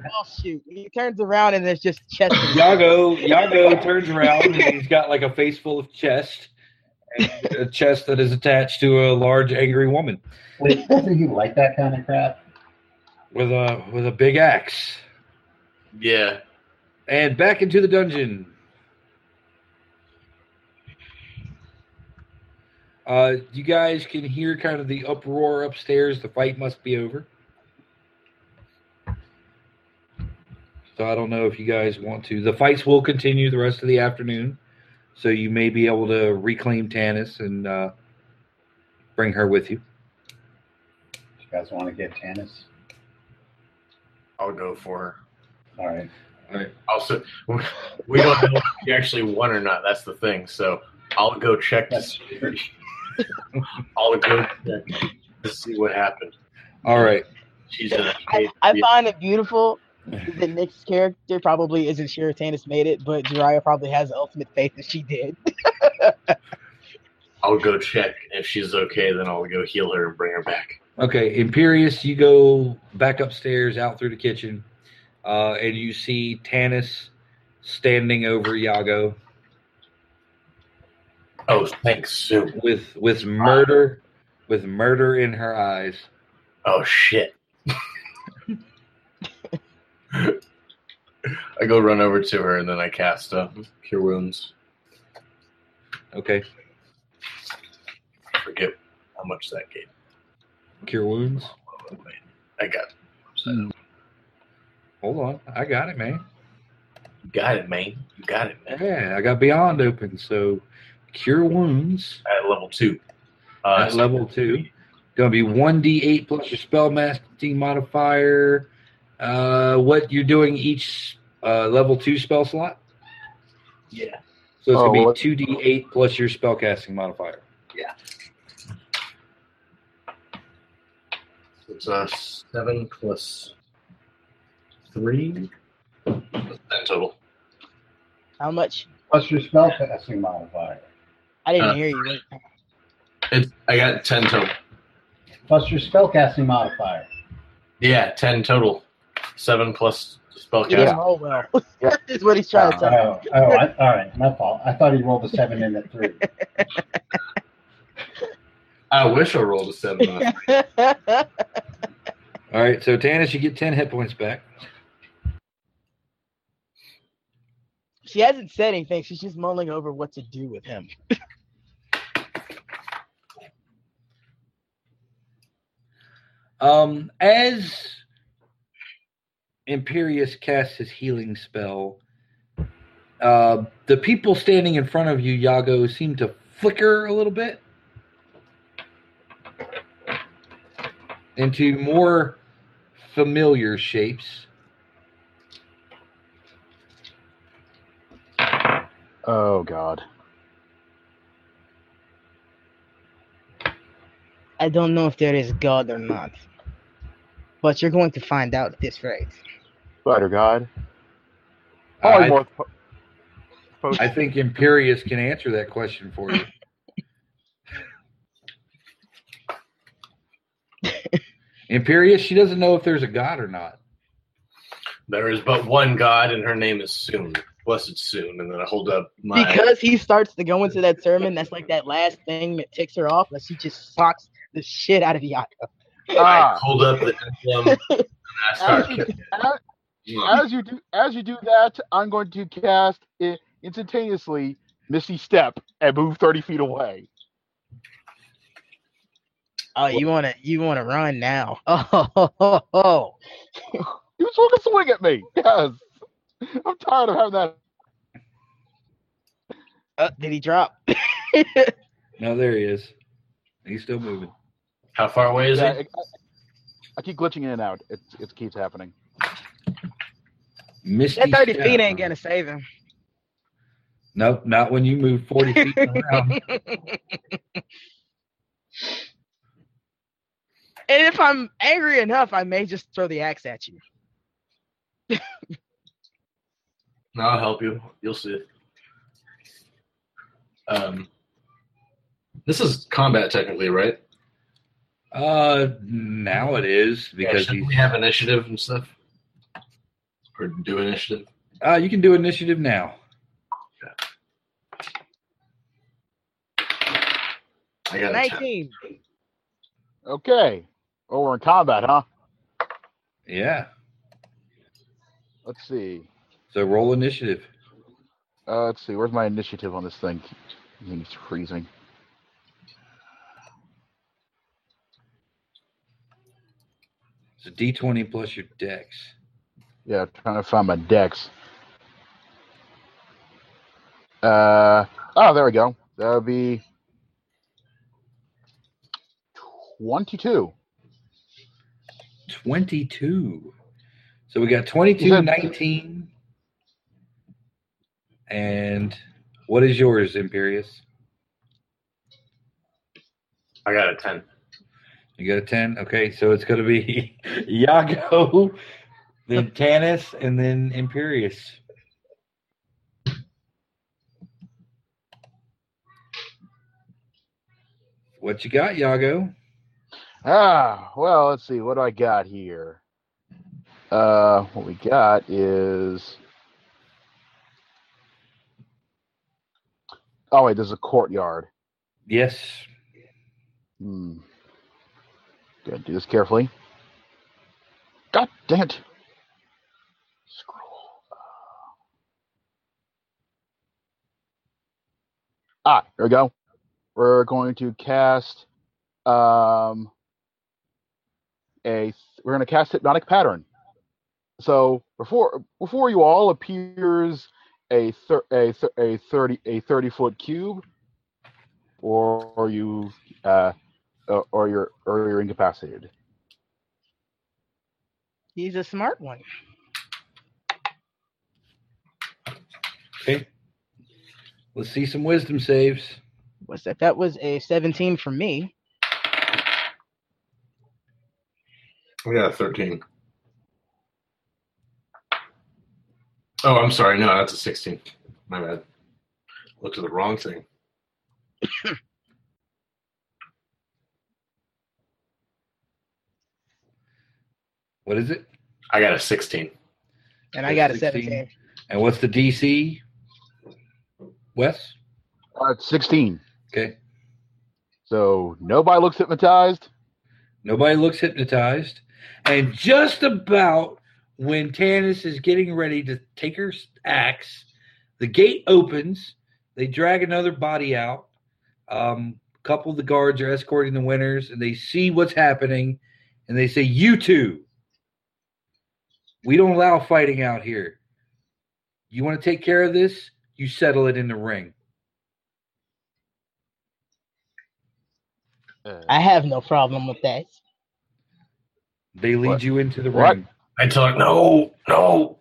shoot!" He turns around and there's just chest. Yago, Yago turns around and he's got like a face full of chest, and a chest that is attached to a large angry woman Wait, doesn't he like that kind of crap? with a with a big axe. Yeah. And back into the dungeon. Uh, you guys can hear kind of the uproar upstairs. The fight must be over. So I don't know if you guys want to. The fights will continue the rest of the afternoon. So you may be able to reclaim Tanis and uh, bring her with you. You guys want to get Tanis? I'll go for her. All right. Also, *laughs* we don't know if she actually won or not. That's the thing. So I'll go check to That's see. *laughs* I'll go check to see what happened. All right. She's in a I, I find it beautiful that Nick's character probably isn't sure Tanis made it, but Jiraiya probably has the ultimate faith that she did. *laughs* I'll go check. If she's okay, then I'll go heal her and bring her back. Okay, Imperious, you go back upstairs, out through the kitchen, uh, and you see Tanis standing over Yago Oh, thanks, Sue. with with murder, with murder in her eyes. Oh shit. I go run over to her and then I cast uh, cure wounds. Okay, I forget how much that gave. cure wounds. I got. Hold on, I got it, man. You got it, man. You got it, man. Yeah, I got Beyond open, so cure wounds At level two. Uh, at level two. Gonna be one d eight plus your spell masking modifier. Uh, what you're doing each uh, level two spell slot? Yeah. So it's Oh, gonna what- be two d eight plus your spellcasting modifier. It's uh, seven plus three. That's Ten total. How much? Plus your spell casting modifier. I didn't Uh, hear you. It, I got ten total. Plus your spell casting modifier. Yeah, ten total. Seven plus spellcast. You didn't roll well. *laughs* Yeah. That's what he's trying to Oh, tell me. oh, I, all right. My fault. I thought he rolled a seven in at *laughs* three. I wish I rolled a seven. on it. All right, so Tanis, you get ten hit points back. *laughs* she hasn't said anything. She's just mulling over what to do with him. Um, as Imperious casts his healing spell, uh, the people standing in front of you, Yago, seem to flicker a little bit into more familiar shapes. Oh God. I don't know if there is God or not, but you're going to find out at this rate. Spider God. Probably I, Oh, more po- post- I think Imperious can answer that question for you. Imperious, she doesn't know if there's a god or not. There is but one God, and her name is Soon. Blessed Soon. And then I hold up my. Because he starts to go into that sermon, that's like that last thing that ticks her off, and she just socks the shit out of Yaga. I ah, hold up the emblem and *laughs* I start as, you, kicking. as, ah, as you do as you do that, I'm going to cast i- instantaneously Misty Step and move thirty feet away. Oh, you wanna you wanna run now? *laughs* Oh, ho, ho, ho. He was looking swing at me. Yes, I'm tired of having that. Uh, did he drop? No, there he is. He's still moving. How far away is Yeah, it? I, I keep glitching in and out. It it keeps happening. Misty That thirty step. feet ain't gonna save him. Nope, not when you move forty feet *laughs* around. And if I'm angry enough, I may just throw the axe at you. No, I'll help you. You'll see it. Um, this is combat, technically, right? Uh, now it is because should he's. we have initiative and stuff, or do initiative? Uh, you can do initiative now. I got a ten. Nineteen. Okay. Oh, we're in combat, huh? Yeah. Let's see. So roll initiative. Uh, let's see. Where's my initiative on this thing? I think it's freezing. It's a d20 plus your dex. Yeah, trying to find my dex. Uh, oh, there we go. That'll be 22. 22. So we got 22, Yeah. 19. And what is yours, Imperius? I got a 10. You got a 10? Okay, so it's going to be *laughs* Iago, then Tanis, and then Imperius. What you got, Yago? Ah, well, let's see. What do I got here? Uh, what we got is. Oh, wait, there's a courtyard. Yes. Hmm. Gotta do this carefully. God damn it. Scroll. Ah, here we go. We're going to cast um a we're gonna cast hypnotic pattern. So before before you all appears a thir- a thir- a thirty a thirty foot cube, or, or you uh, uh, or you're or you're incapacitated. He's a smart one. Okay. Let's see some wisdom saves. What's that? That was a 17 for me. I got a 13. Oh, I'm sorry. No, that's a 16. My bad. Looked at the wrong thing. What is it? I got a 16. And I got a 16. 17. And what's the DC? Wes? Uh, it's 16. Okay. So nobody looks hypnotized. Nobody looks hypnotized. And just about when Tanis is getting ready to take her axe, the gate opens. They drag another body out. Um, a couple of the guards are escorting the winners, and they see what's happening, and they say, "You two, we don't allow fighting out here. You want to take care of this? You settle it in the ring." Uh, I have no problem with that. They lead What? you into the What? ring. I tell her, no, no.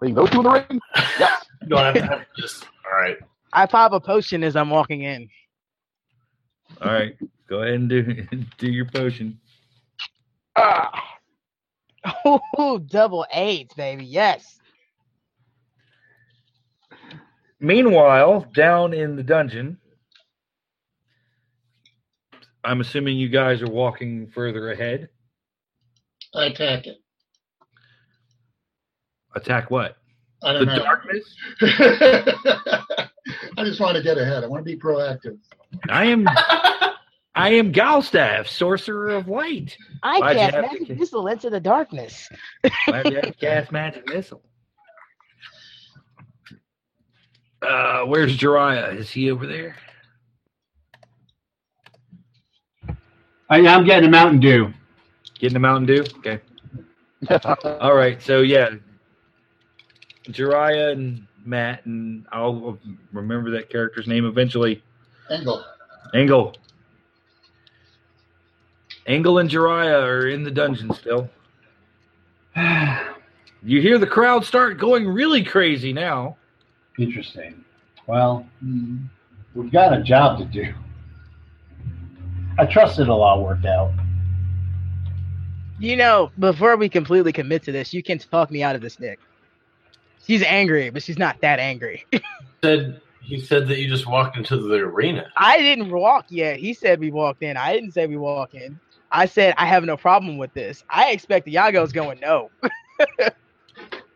leave those two in the ring. Yes. You don't have to have just. All right. I pop a potion as I'm walking in. *laughs* All right, go ahead and do *laughs* do your potion. ah. Ooh, double eights, baby. Yes. Meanwhile, down in the dungeon, I'm assuming you guys are walking further ahead. *laughs* I attack it. Attack what? I The don't know. *laughs* darkness? I just want to get ahead. I want to be proactive. I *laughs* am I am Galstaff, sorcerer of light. I Why'd you cast have to magic ca- missile into the darkness. Glad you had to cast magic missile. Uh, where's Jariah? Is he over there? I, I'm getting a Mountain Dew. Getting a Mountain Dew? Okay. All right. So yeah, Jariah and Matt and I'll remember that character's name eventually. Angle. Engel. Engel and Jiraiya are in the dungeon still. *sighs* You hear the crowd start going really crazy now. Interesting. Well, Hmm. we've got a job to do. I trust it'll all work out. You know, before we completely commit to this, you can talk me out of this, Nick. She's angry, but she's not that angry. said, he said that you just walked into the arena. I didn't walk yet. He said we walked in. I didn't say we walk in. I said I have no problem with this. I expect Iago's going no.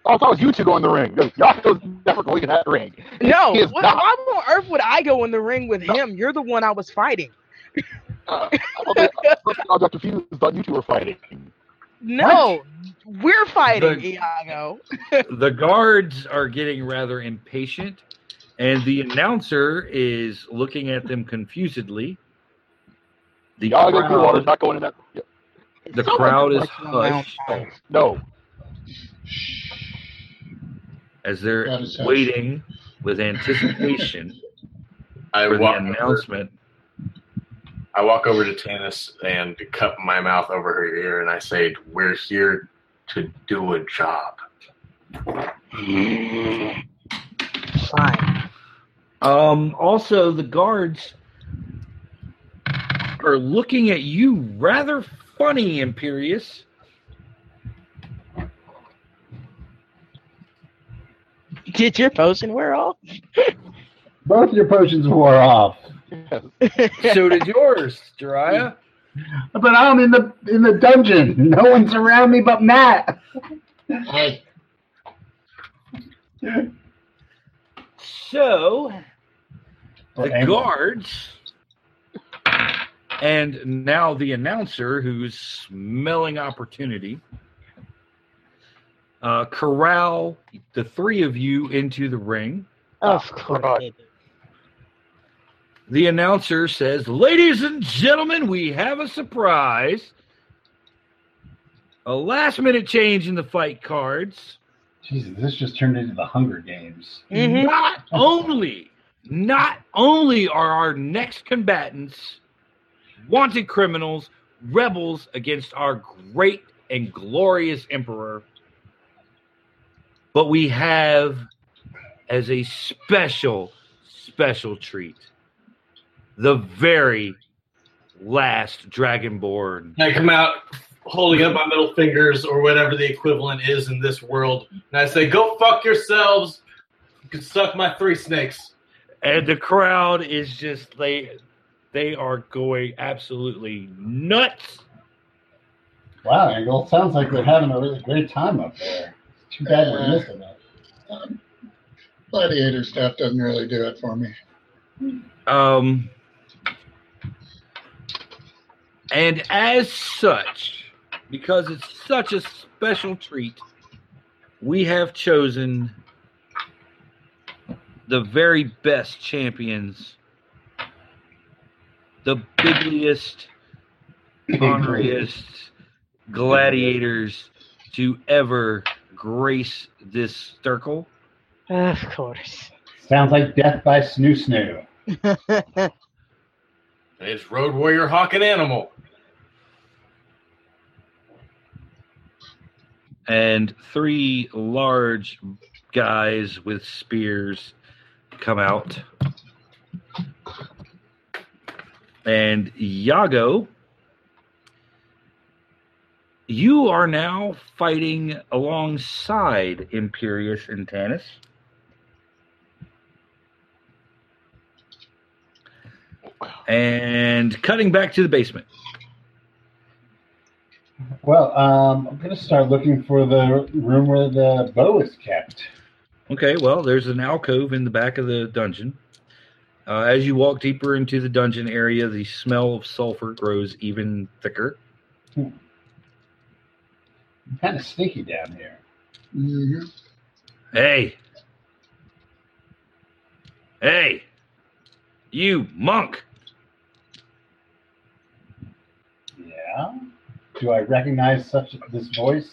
Oh, I thought it was you two going in the ring. Yako's never going in that ring. No, He is what, not. why on earth would I go in the ring with No. him? You're the one I was fighting. Uh, I don't think- I was confused. Thought you two were fighting. No, We're fighting The- Iago. the guards are getting rather impatient, and the announcer is looking at them confusedly. The Y'all go cool water, crowd, not going in that. Yeah, the Someone crowd is collects them around hushed town. No, as they're That is hushed. waiting with anticipation I for the walk, over, announcement. I walk over to Tanis and cup my mouth over her ear and I say, We're here to do a job. Mm-hmm. Fine. Um, also, the guards are looking at you rather funny, Imperious. Did your potion wear off? Both your potions wore off, *laughs* So did yours, Jiraiya. but I'm in the in the dungeon. *laughs* No one's around me but Matt. Hi. So Oh, Or the Amber. guards and now the announcer who's smelling opportunity uh, corral the three of you into the ring Of course. God. they did. the announcer says ladies and gentlemen we have a surprise a last minute change in the fight cards Jesus, this just turned into the Hunger Games. Mhm. not only not only are our next combatants wanted criminals rebels against our great and glorious emperor but we have as a special special treat the very last dragonborn I come out holding up my middle fingers or whatever the equivalent is in this world, and I say, "Go fuck yourselves. You can suck my three snakes." and the crowd is just they they are going absolutely nuts Wow, Angle. It sounds like they're having a really great time up there. Too bad we're missing it. Um, gladiator stuff doesn't really do it for me. Um, and as such, because it's such a special treat, we have chosen the very best champions, the bigliest, honoriest gladiators to ever grace this circle. Mm-hmm. Of *laughs* course. Sounds like death by snoo snoo. It's Road Warrior Hawk and Animal. and three large guys with spears come out. And Yago, you are now fighting alongside Imperius and Tanis. And cutting back to the basement. Well, um, I'm gonna start looking for the room where the bow is kept. Okay, well, there's an alcove in the back of the dungeon. Uh, as you walk deeper into the dungeon area, the smell of sulfur grows even thicker. Kind of sneaky down here. hmm Hey! Hey! You monk! Yeah. Do I recognize such this voice?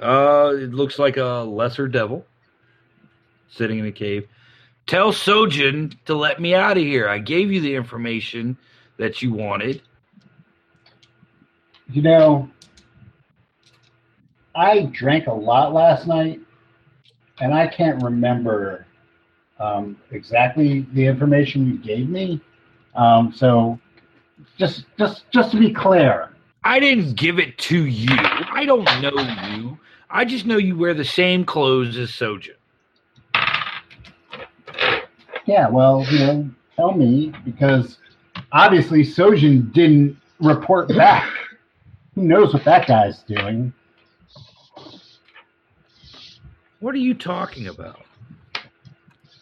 Uh, it looks like a lesser devil sitting in a cave. Tell Sojin to let me out of here. I gave you the information that you wanted. You know, I drank a lot last night, and I can't remember um, exactly the information you gave me. Um, so, just just just to be clear, I didn't give it to you. I don't know you. I just know you wear the same clothes as Soja. yeah. Well, you know, tell me because obviously Sojin didn't report back. Who knows what that guy's doing? What are you talking about?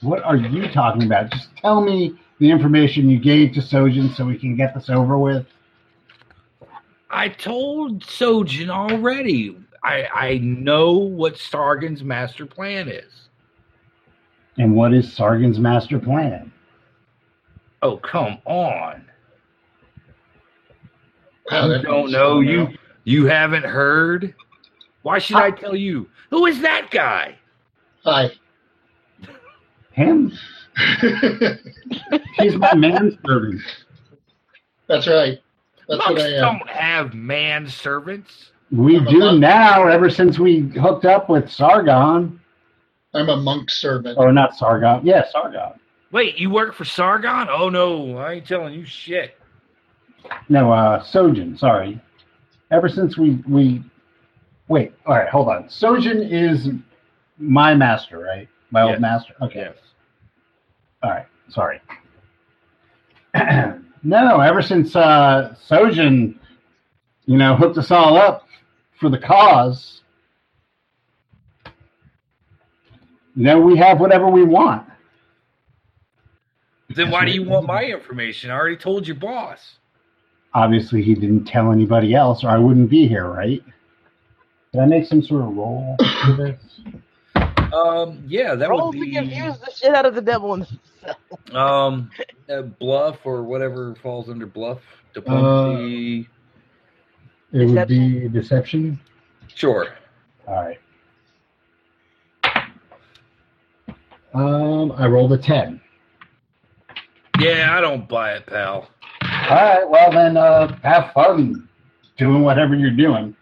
What are you talking about? Just tell me the information you gave to Sojin so we can get this over with. I told Sojin already. I I know what Sargon's master plan is. And what is Sargon's master plan? Oh come on! You Wow, Oh, that don't means- know you you haven't heard. Why should I tell you? Who is that guy? Hi. *laughs* Him? He's my manservant. That's right. That's what Monks I uh, am. don't have man servants. We I'm a do monk. now, ever since we hooked up with Sargon. I'm a monk servant. Or not Sargon. Yeah, Sargon. Wait, you work for Sargon? Oh no, I ain't telling you shit. No, uh, Sojin, sorry. Ever since we, we. Wait, all right, hold on. Sojin is my master, right? My Yes. old master? Okay. Yes. All right, sorry. *clears throat* no, no, ever since uh, Sojin, you know, hooked us all up for the cause, now we have whatever we want. Then why do you want *laughs* my information? I already told your boss. Obviously, he didn't tell anybody else, or I wouldn't be here, right? Did I make some sort of roll for this? Um, yeah, that Roll would to be confuse the shit out of the devil and um a bluff or whatever falls under bluff diplomacy. It would be deception. sure. All right. Um, I rolled a ten. Yeah, I don't buy it, pal. All right. Well, then uh, have fun doing whatever you're doing.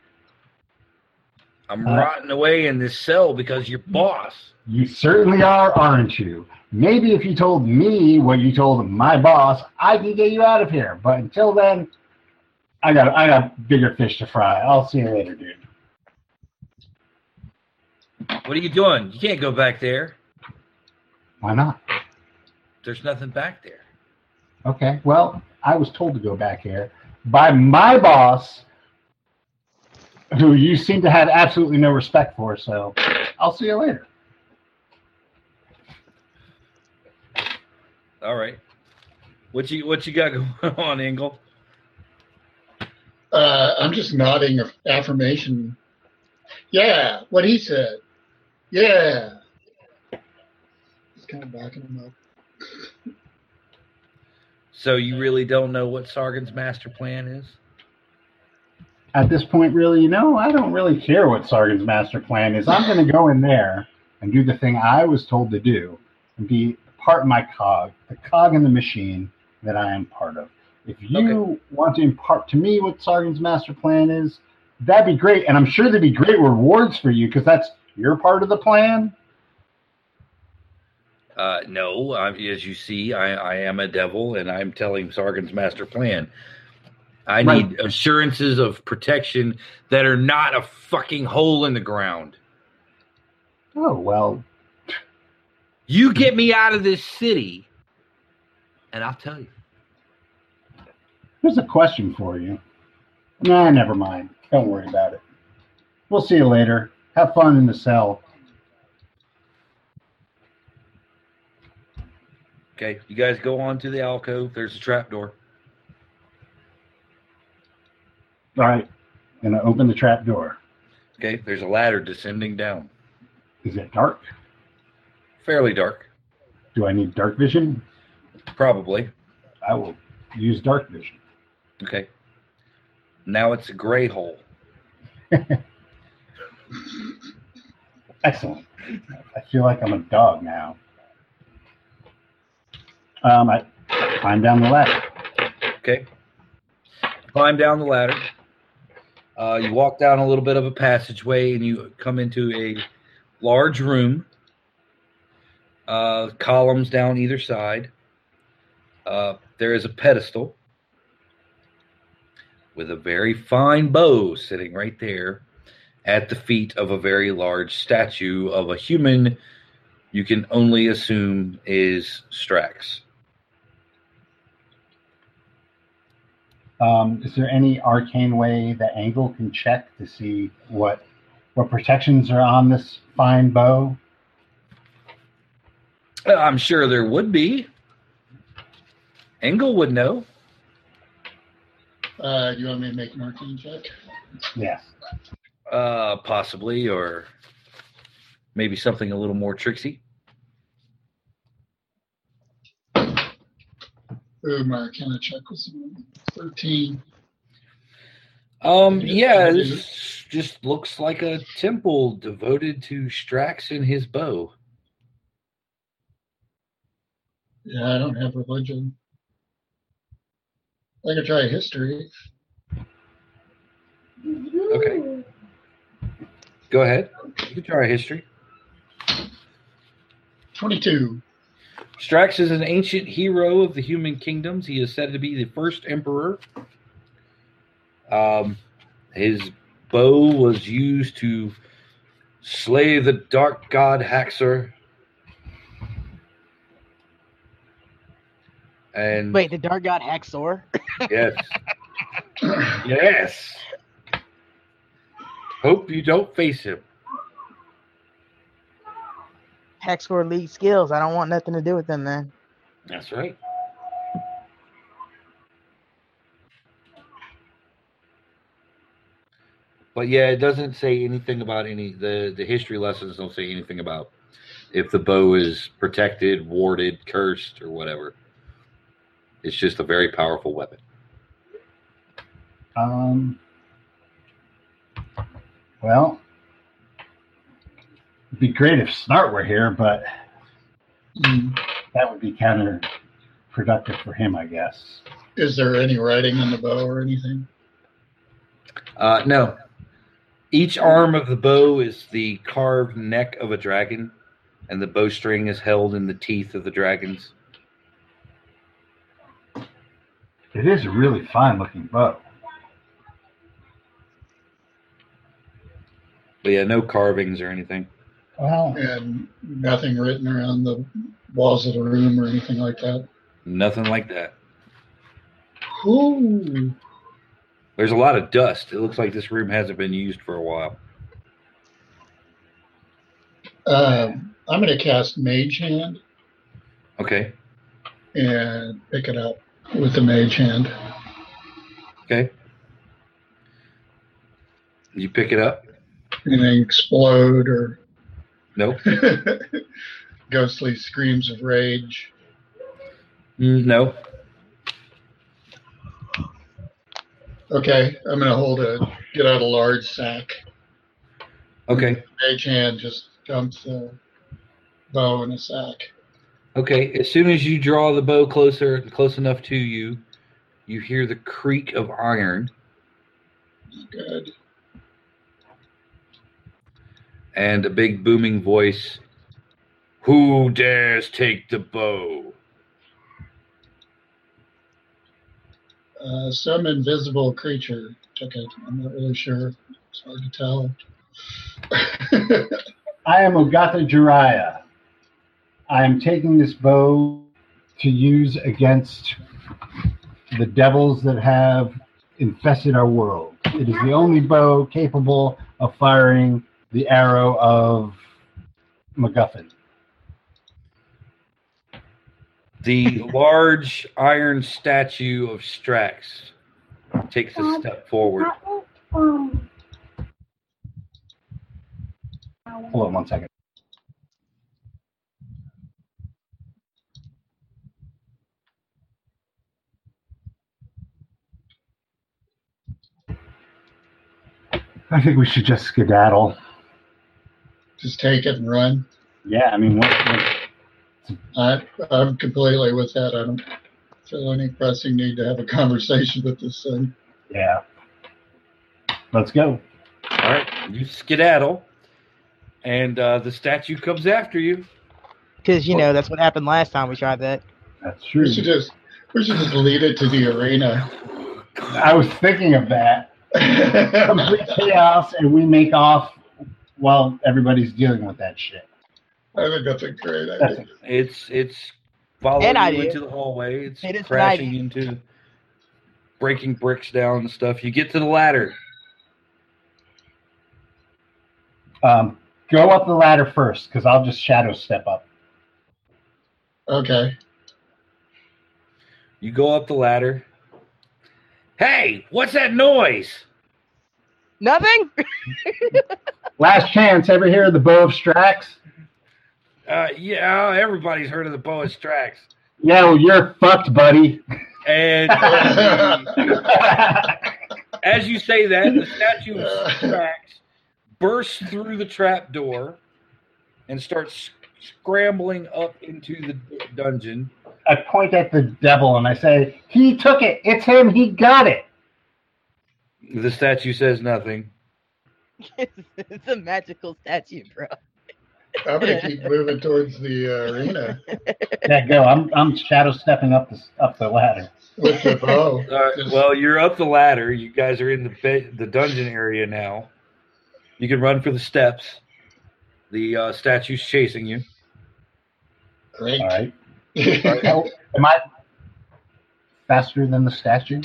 I'm Uh, rotting away in this cell because your boss. You certainly are, aren't you? Maybe if you told me what you told my boss, I could get you out of here. But until then, I got I got bigger fish to fry. I'll see you later, dude. What are you doing? You can't go back there. Why not? There's nothing back there. Okay. Well, I was told to go back here by my boss, who you seem to have absolutely no respect for. So, I'll see you later. All right. What you what you got *laughs* going on, Engel? Uh, I'm just nodding of affirmation. Yeah, what he said. Yeah. Just kind of backing him up. So you really don't know what Sargon's master plan is? at this point, really, you know, I don't really care what Sargon's master plan is. I'm going to go in there and do the thing I was told to do and be part of my cog, the cog in the machine that I am part of. If you want to impart to me what Sargon's master plan is, that'd be great. And I'm sure there'd be great rewards for you because that's your part of the plan. Uh, no, I, as you see, I, I am a devil, and I'm telling Sargon's master plan. I Right. need assurances of protection that are not a fucking hole in the ground. Oh, well, You get me out of this city, and I'll tell you. here's a question for you. Nah, never mind. Don't worry about it. We'll see you later. Have fun in the cell. Okay, you guys go on to the alcove. There's a trapdoor. All right. Gonna open the trap door. Okay, there's a ladder descending down. Is it dark? Fairly dark, Do I need dark vision? probably. I will use dark vision. Okay. Now it's a gray hole. Excellent. I feel like I'm a dog now. Um, I climb down the ladder. Okay. Climb down the ladder. Uh, you walk down a little bit of a passageway and you come into a large room. Uh, columns down either side. Uh, there is a pedestal with a very fine bow sitting right there at the feet of a very large statue of a human you can only assume is Strax. Um, is there any arcane way that Angle can check to see what what protections are on this fine bow? Well, Uh, I'm sure there would be. Engel would know. Uh, you want me to make an arcane check? Yes. Uh, possibly, or maybe something a little more tricksy. Ooh, my kind of check was thirteen. Um, yeah, Yeah. this just looks like a temple devoted to Strax and his bow. Yeah, I don't have religion. I could try history. Okay. Go ahead. You can try history. Twenty-two. Strax is an ancient hero of the human kingdoms. He is said to be the first emperor. Um, his bow was used to slay the dark god Haxor. And *laughs* Wait, the dark god Haxor? yes, yes. Hope you don't face him. Haxor League skills. I don't want nothing to do with them, man. That's right. But yeah, it doesn't say anything about any the the history lessons don't say anything about if the bow is protected, warded, cursed, or whatever. It's just a very powerful weapon. Um, well, it'd be great if Snart were here, but Mm. that would be counterproductive for him, I guess. Is there any writing on the bow or anything? Uh, no, each arm of the bow is the carved neck of a dragon, and the bowstring is held in the teeth of the dragons. It is a really fine looking bow. But yeah, no carvings or anything. Well, And nothing written around the walls of the room or anything like that. Nothing like that. Ooh. There's a lot of dust. It looks like this room hasn't been used for a while. Um, I'm going to cast Mage Hand Okay. and pick it up with the Mage Hand. Okay. You pick it up? Anything explode or *laughs* Nope. ghostly screams of rage. Mm, No. Okay, I'm going to hold a get out a large sack. Okay. Mage Hand just dumps the bow in a sack. Okay. As soon as you draw the bow closer, close enough to you, you hear the creak of iron, Good. and a big booming voice. Who dares take the bow? Uh, some invisible creature took it. I'm not really sure. It's hard to tell. I am Ogata Jiraiya. I am taking this bow to use against the devils that have infested our world. It is the only bow capable of firing the arrow of MacGuffin. The large iron statue of Strax takes a step forward. Um. Hold on one second. I think we should just skedaddle. *laughs* just take it and run. Yeah, I mean, what, what, I, I'm completely with that. I don't feel any pressing need to have a conversation with this thing. yeah. Let's go. All right, you skedaddle, and uh, the statue comes after you. Because, you know, that's what happened last time we tried that. That's true. We should just we should just lead it to the arena. *laughs* I was thinking of that. Complete chaos, and we make off while everybody's dealing with that shit. I think that's a great idea. It's it's following An idea. you into the hallway. It's It is an crashing idea. into, breaking bricks down and stuff. You get to the ladder. Um, go up the ladder first, because I'll just shadow step up. Okay. *laughs* You go up the ladder. Hey, what's that noise? Nothing? *laughs* Last chance. Ever hear of the Bow of Strax? Uh, yeah, everybody's heard of the Boa Strax. Yeah, well, you're fucked, *laughs* buddy. And *laughs* as you say that, the statue of Strax bursts through the trap door and starts scrambling up into the dungeon. I point at the devil and I say, "He took it. It's him. He got it." The statue says nothing. it's, it's a magical statue, *laughs* bro. I'm gonna keep moving towards the uh, arena Yeah, go. I'm I'm shadow stepping up the up the ladder. with the bow. All right, Just- well, you're up the ladder. You guys are in the ba- the dungeon area now. You can run for the steps. The uh, statue's chasing you. Great. All right. Oh, Am I faster than the statue?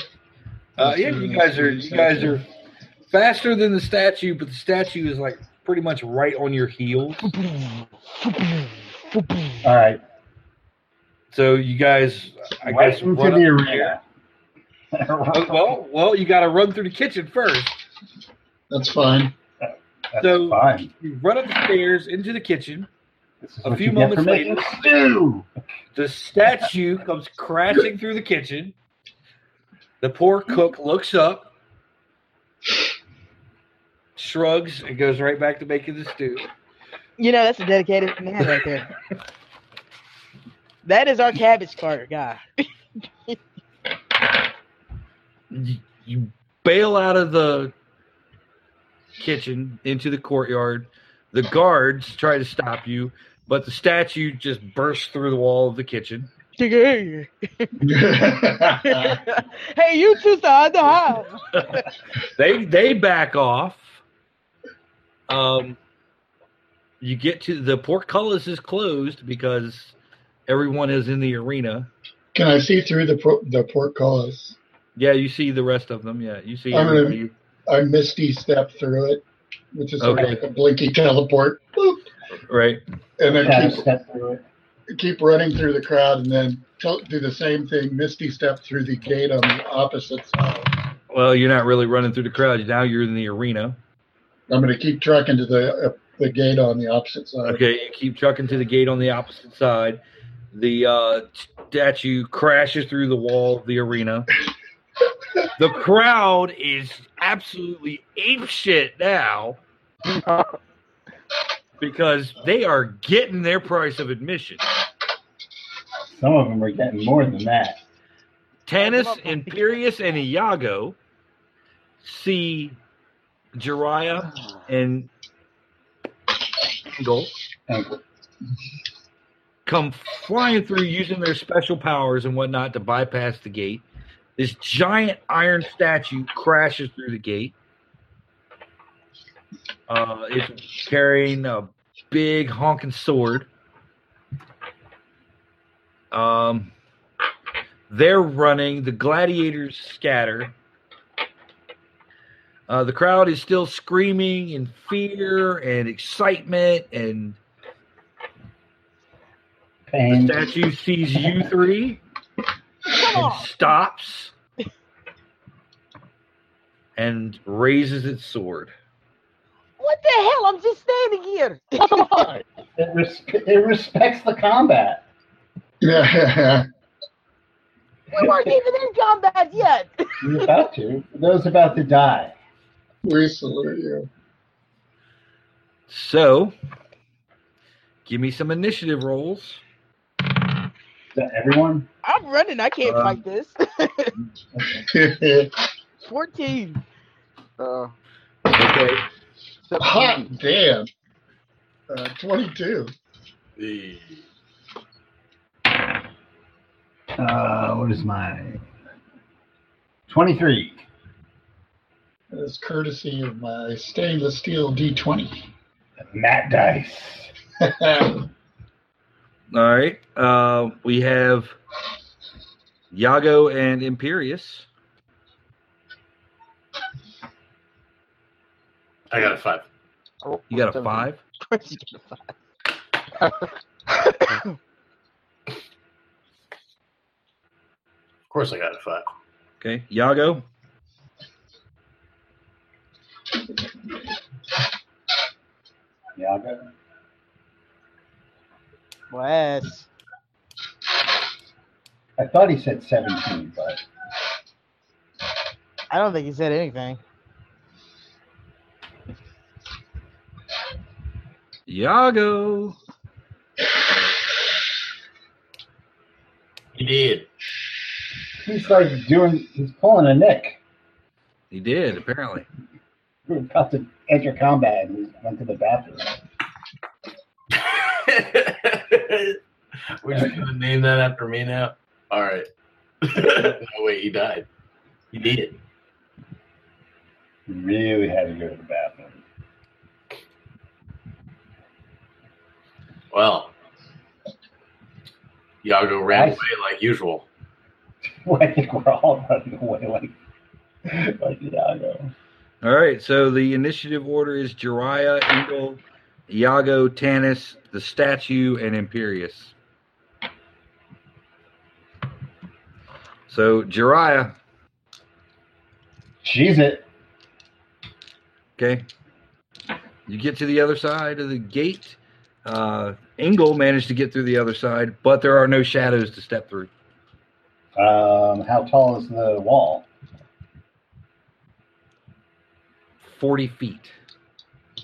Uh, yeah, you guys are you guys are faster than the statue, but the statue is like pretty much right on your heels. All right. So you guys, I right guess, into run the up- arena. *laughs* Oh, Well, well, you got to run through the kitchen first. *laughs* That's fine. *laughs* That's so- fine. You run up the stairs into the kitchen. This is a what few you get moments for making later- stew. The statue comes crashing through the kitchen. The poor cook looks up, shrugs, and goes right back to making the stew. You know, that's a dedicated man right there. that is our cabbage carter guy. You, you bail out of the kitchen into the courtyard. The guards try to stop you, but the statue just bursts through the wall of the kitchen. *laughs* hey, That's you two side the house. They they back off. Um, you get to the portcullis is closed because everyone is in the arena. Can I see through the por- the portcullis? Yeah, you see the rest of them. Yeah, you see I'm gonna- everybody. I misty step through it, which is sort of Okay. like a blinky teleport, Boop. Right. and then Shadow keep, step through it. keep running through the crowd, and then tel- do the same thing. Misty step through the gate on the opposite side. Well, you're not really running through the crowd. Now you're in the arena. I'm going to keep trucking to the uh, the gate on the opposite side. *laughs* Okay, you keep trucking to the gate on the opposite side. The uh, statue crashes through the wall of the arena. The crowd is absolutely apeshit now because they are getting their price of admission. Some of them are getting more than that. Tanis, Imperius, and Iago see Jiraiya and Angle Angle. come flying through using their special powers and whatnot to bypass the gate. This giant iron statue crashes through the gate. Uh, it's carrying a big honking sword. Um, they're running. The gladiators scatter. Uh, the crowd is still screaming in fear and excitement, and the Pain. statue sees you three Come and *laughs* on. stops and raises its sword. What the hell? I'm just standing here. Come on. It, res- it respects the combat. Yeah, We weren't even in combat yet. You're about to. Those about to die. we salute you. So, give me some initiative rolls. Is that everyone? *laughs* I'm running. I can't Um, fight this. *laughs* 14. Uh, Okay. *laughs* Hot 17. damn. Uh, 22. The- Uh, what is my 23 That's courtesy of my stainless steel D20. Matt dice All right. Uh, we have Yago and Imperius. I got a five. You got a five. Of course you get a five. Of course, I got a five. Okay. Yago. round. Bless. I thought he said 17, but I don't think he said anything. Yago. He did. *laughs* he's like doing, he's pulling a Nick. He did, apparently. We were about to enter combat and we went to the bathroom. We're just gonna name that after me now. All *laughs* right. no wait, he died. He did. Really had to go to the bathroom. *laughs* Well, Yago ran Nice. away like usual. Well, I think we're all running away like, like Iago. All right, so the initiative order is Jiraiya, Eagle, Iago, Tanis, the statue, and Imperius. So Jiraiya, She's it. okay. You get to the other side of the gate. Uh, Engel managed to get through the other side, but there are no shadows to step through. Um, how tall is the wall? 40 feet.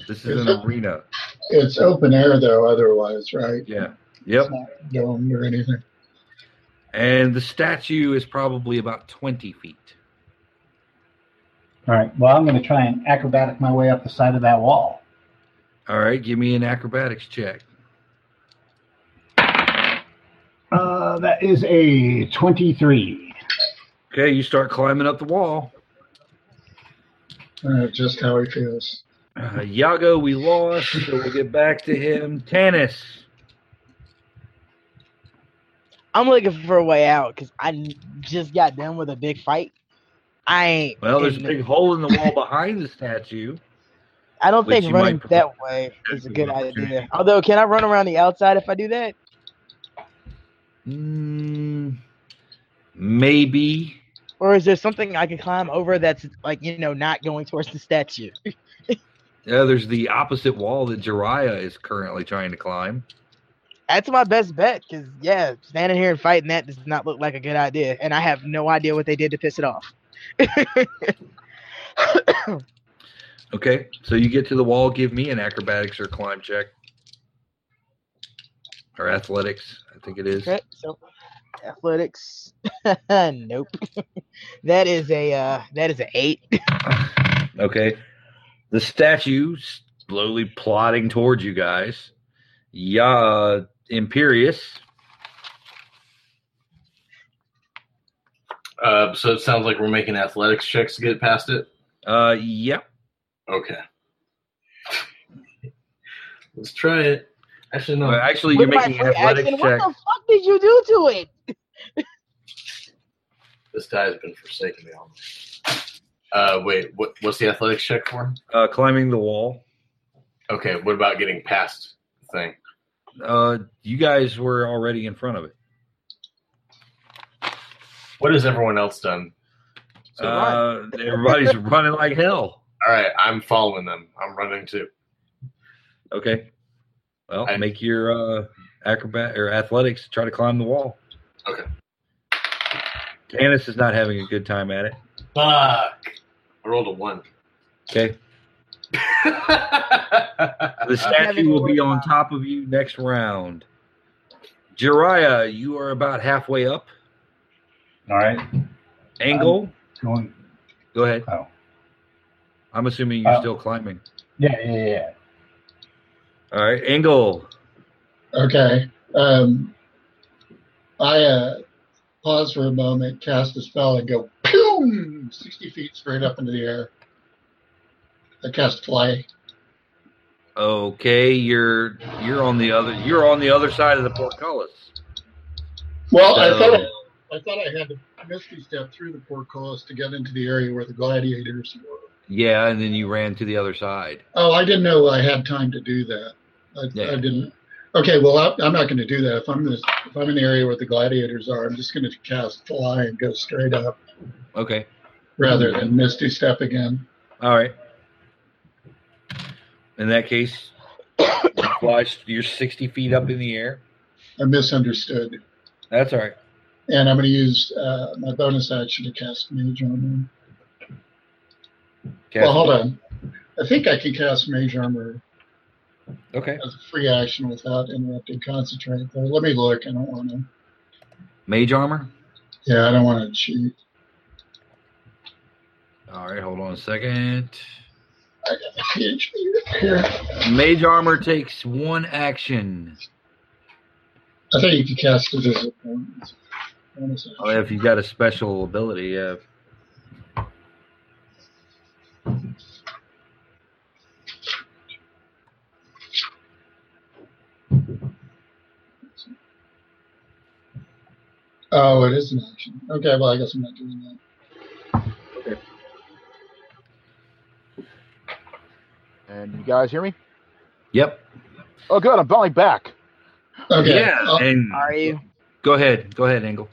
This is an arena. *laughs* It's open air though, otherwise, right? Yeah. Yep. It's not domed or anything. And the statue is probably about 20 feet. All right. Well, I'm going to try and acrobatic my way up the side of that wall. All right, give me an acrobatics check. Uh, that is a 23. Okay, you start climbing up the wall. Uh, just how he feels. Uh, Yago, we lost, so we'll get back to him. Tanis, I'm looking for a way out because I n- just got done with a big fight. I ain't. well, there's a in big it. hole in the wall behind the statue. I don't which think you running might- that way is a good idea. Although, can I run around the outside if I do that? Mm, maybe. Or is there something I can climb over that's like you know not going towards the statue? Yeah, Uh, there's the opposite wall that Jiraiya is currently trying to climb. That's my best bet because yeah, standing here and fighting that does not look like a good idea, and I have no idea what they did to piss it off. Okay, so you get to the wall, give me an acrobatics or climb check. Or athletics, I think it is. Okay, so athletics. *laughs* nope. that is a uh, that is an eight. Okay. The statue slowly plodding towards you guys. Yeah, Imperious. Uh, so it sounds like we're making athletics checks to get past it. Uh, yep. Okay. Let's try it. Actually, no. Well, actually, With you're my making free an athletics action, check. What the fuck did you do to it? This die has been forsaking me all night. Uh, wait. What, what's the athletics check for? Uh, climbing the wall. Okay. What about getting past the thing? Uh, you guys were already in front of it. What has everyone else done? So, Uh, everybody's *laughs* running like hell. all right. I'm following them. I'm running too. Okay. Well, I- make your uh, acrobat or athletics to try to climb the wall. Okay. Tannis is not having a good time at it. Fuck. I rolled a one. *laughs* Okay. *laughs* The Uh, statue will be on top of you next round. Jiraiya, you are about halfway up. All right. Angle, Going. go ahead. Oh. I'm assuming you're Uh, Oh. still climbing. Yeah, yeah, yeah. All right, Angle. Okay. Um, I uh, pause for a moment, cast a spell, and go boom, sixty feet straight up into the air. I cast fly. Okay, you're you're on the other you're on the other side of the portcullis. Well, I thought So- I, I thought I had to misty step through the portcullis to get into the area where the gladiators were. Yeah, and then you ran to the other side. Oh, I didn't know I had time to do that. I, Yeah. I didn't. Okay, well, I, I'm not going to do that. If I'm this, if I'm in the area where the gladiators are, I'm just going to cast fly and go straight up Okay. rather than misty step again. All right. In that case, *coughs* Flies, you're 60 feet up in the air. I misunderstood. That's all right. And I'm going to use uh, my bonus action to cast Mage Armor. Cast- Well, hold on. I think I can cast Mage Armor Okay. as a free action without interrupting Concentrate. Though. Let me look. I don't want to. Mage armor. Yeah, I don't want to cheat. All right, hold on a second. I got a page here. Mage armor takes one action. I think you can cast it as a bonus bonus action. Oh, if you got a special ability, yeah. Oh, it is an action. Okay, well, I guess I'm not doing that. And you guys hear me? Yep. Oh, good. I'm finally back. Okay. Yeah. I'll- and Oh, Are you? go ahead. Go ahead, Angle.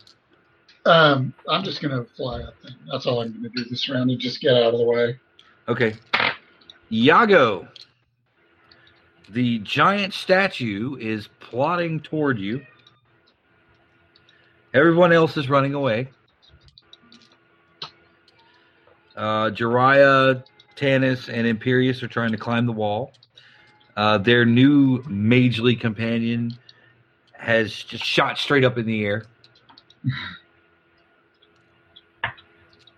Um, I'm just gonna fly up. Then. That's all I'm gonna do this round and just get out of the way. Okay. Yago, the giant statue is plodding toward you. Everyone else is running away. Uh, Jiraiya, Tanis, and Imperius are trying to climb the wall. Uh, their new magely companion has just shot straight up in the air.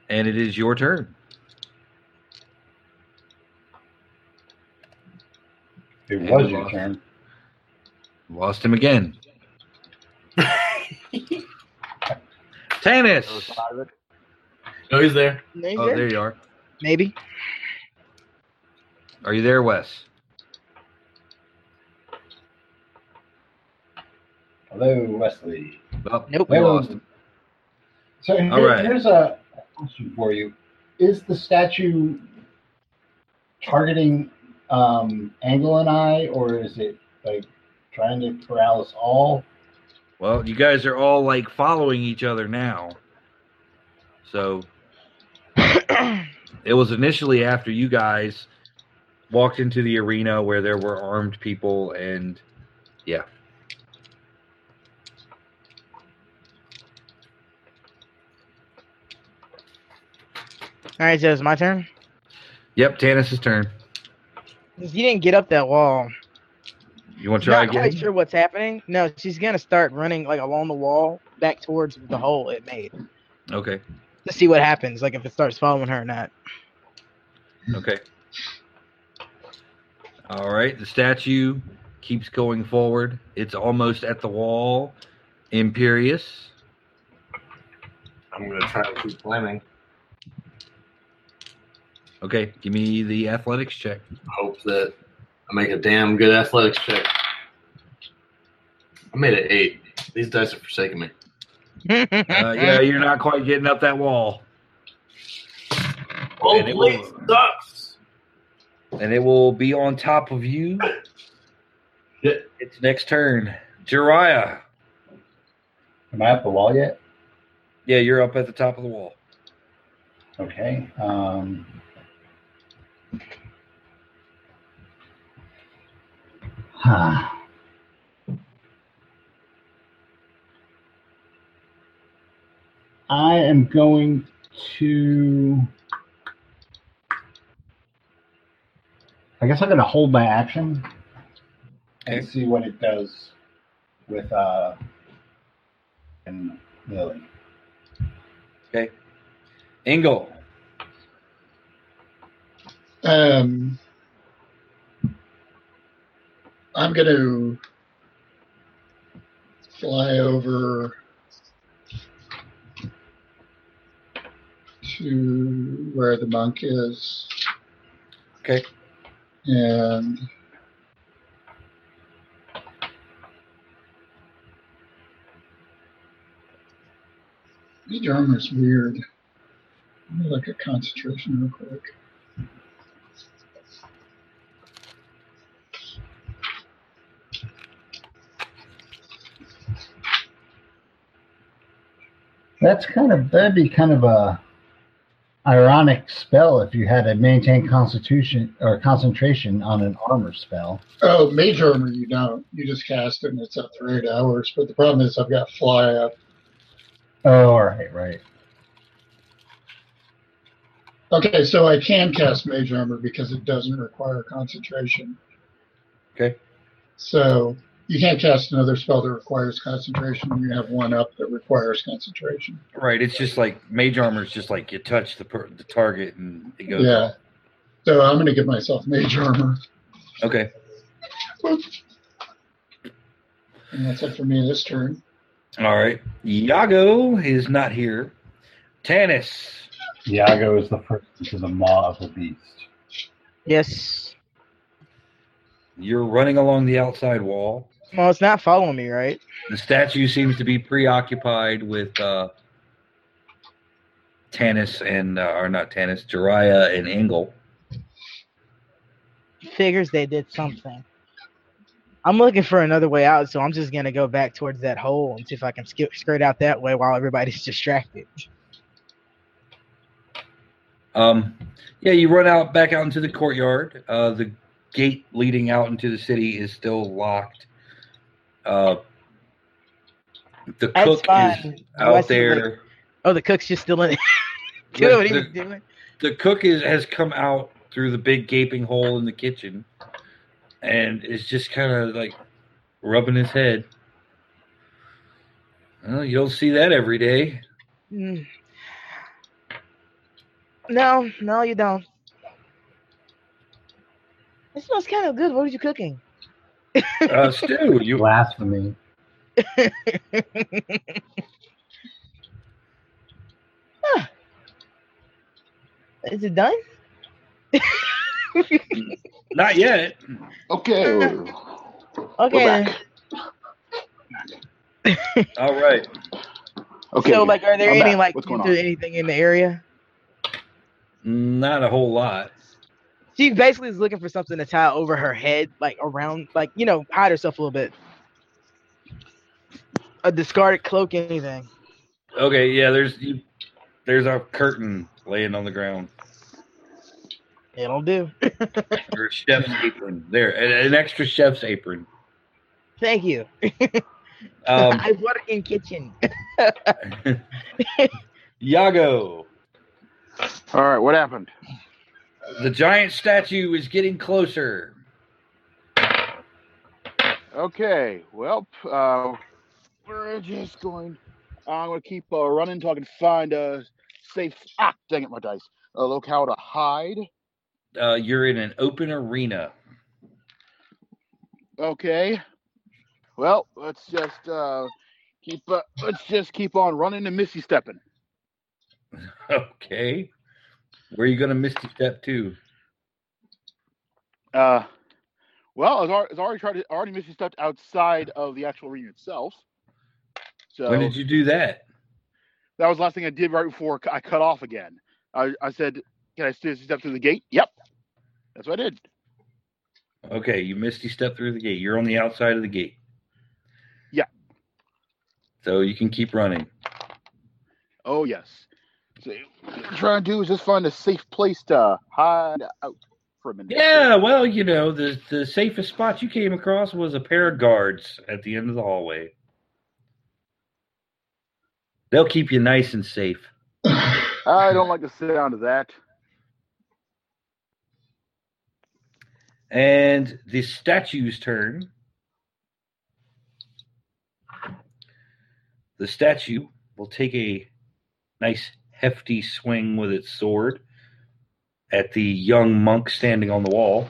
and it is your turn. It And was we your lost. turn. Lost him *laughs* again. Tannis! No, he's there. Maybe. Oh, there you are. Maybe. Are you there, Wes? Hello, Wesley. Oh, Nope. We Wait, lost wait, him. So here- All right. here's a question for you: Is the statue targeting um, Angle and I, or is it like trying to corral us all? Well, you guys are all like following each other now. *coughs* So it was initially after you guys walked into the arena where there were armed people and yeah. All right, so it's my turn. Yep, Tannis' turn. You didn't get up that wall. You want to try not again? quite sure what's happening. No, she's gonna start running like along the wall back towards the hole it made Okay. to see what happens. Like if it starts following her or not. *laughs* Okay. All right. The statue keeps going forward. It's almost at the wall. Imperious. I'm gonna try to keep climbing. Okay. Give me the athletics check. Hope that I make a damn good athletics check. I made an eight. These dice are forsaking me. Uh, yeah, you're not quite getting up that wall, Oh, And it please, will- sucks. and it will be on top of you. Shit. It's next turn. Jiraiya. Am I up the wall yet? Yeah, you're up at the top of the wall. Okay. Um, huh. I am going to. I guess I'm going to hold my action and Okay. see what it does with uh and Lily. Ingle. Um, I'm gonna fly over to where the monk is. Okay. And the armor's weird. Let me look at concentration real quick. That's kind of that'd be kind of a ironic spell if you had to maintain constitution or concentration on an armor spell. Oh, mage armor, you don't. You just cast it and it's up for eight hours. But the problem is, I've got fly up. Oh, all right, right. Okay, so I can cast mage armor because it doesn't require concentration. Okay. So you can't cast another spell that requires concentration when you have one up that requires concentration. Right. It's just like mage armor is just like you touch the per- the target and it goes. Yeah. So I'm going to give myself mage armor. Okay. And that's it for me this turn. All right. Yago is not here. Tanis. Iago is the first into the maw of the beast. Yes. You're running along the outside wall. Well, it's not following me, right? The statue seems to be preoccupied with uh, Tanis and, uh, or not Tanis, Jiraiya and Engel. Figures they did something. I'm looking for another way out, so I'm just gonna go back towards that hole and see if I can skip skirt out that way while everybody's *laughs* distracted. Um, yeah, you run out back out into the courtyard. Uh, the gate leading out into the city is still locked. Uh, the That's cook fine. is Oh, I out see what- there. Oh, the cook's just still in *laughs* it. Dude, what The- he's doing? the cook is has come out through the big gaping hole in the kitchen and is just kind of like rubbing his head. Well, you don't see that every day. Mm. No, no, you don't. It smells kind of good. What are you cooking? Uh, Stu, you Blasphemy. Is it done? not yet. *laughs* Okay. Okay. back. then. All right. Okay. So, like, are there I'm any back. like What's you going do on? anything in the area? Not a whole lot. She basically is looking for something to tie over her head, like around, like you know, hide herself a little bit. A discarded cloak, anything. Okay, yeah, there's you, there's a curtain laying on the ground. It'll do. Or chef's apron. There, an, an extra chef's apron. Thank you. Um, *laughs* I work in kitchen. Yago. All right. What happened? The giant statue is getting closer. Okay. Well, uh, we're just going. I'm gonna keep uh, running until I can find a safe. Ah, dang it, my dice. A locale to hide. Uh, you're in an open arena. Okay. Well, let's just uh, keep. Uh, let's just keep on running and missy stepping. *laughs* Okay. Where are you going to misty step to? Uh, well, I was already, already tried to, I already missy stepped outside of the actual arena itself. So When did you do that? that was the last thing I did right before I cut off again. I, I said, "Can I still step through the gate?" Yep, that's what I did. Okay, you misty step through the gate. You're on the outside of the gate. Yeah. So you can keep running. Oh yes. So what I'm trying to do is just find a safe place to hide out for a minute. Yeah, well, you know, the the safest spot you came across was a pair of guards at the end of the hallway. They'll keep you nice and safe. I don't like the sound of that. And the statue's turn. The statue will take a nice hefty swing with its sword at the young monk standing on the wall.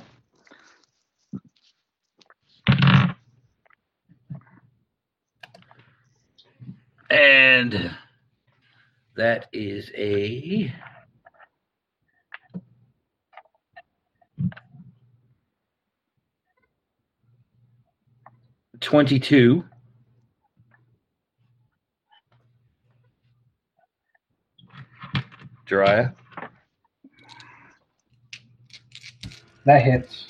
And that is a twenty-two. Jiraiya. That hits.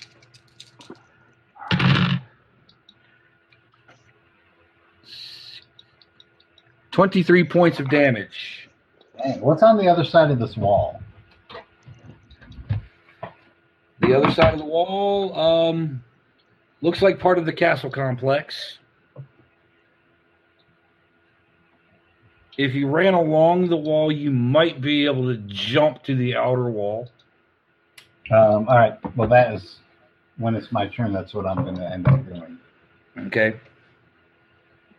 Twenty-three points of damage. Dang, what's on the other side of this wall? The other side of the wall um, looks like part of the castle complex. If you ran along the wall, you might be able to jump to the outer wall. Um, all right. Well, that is when it's my turn. That's what I'm going to end up doing. Okay.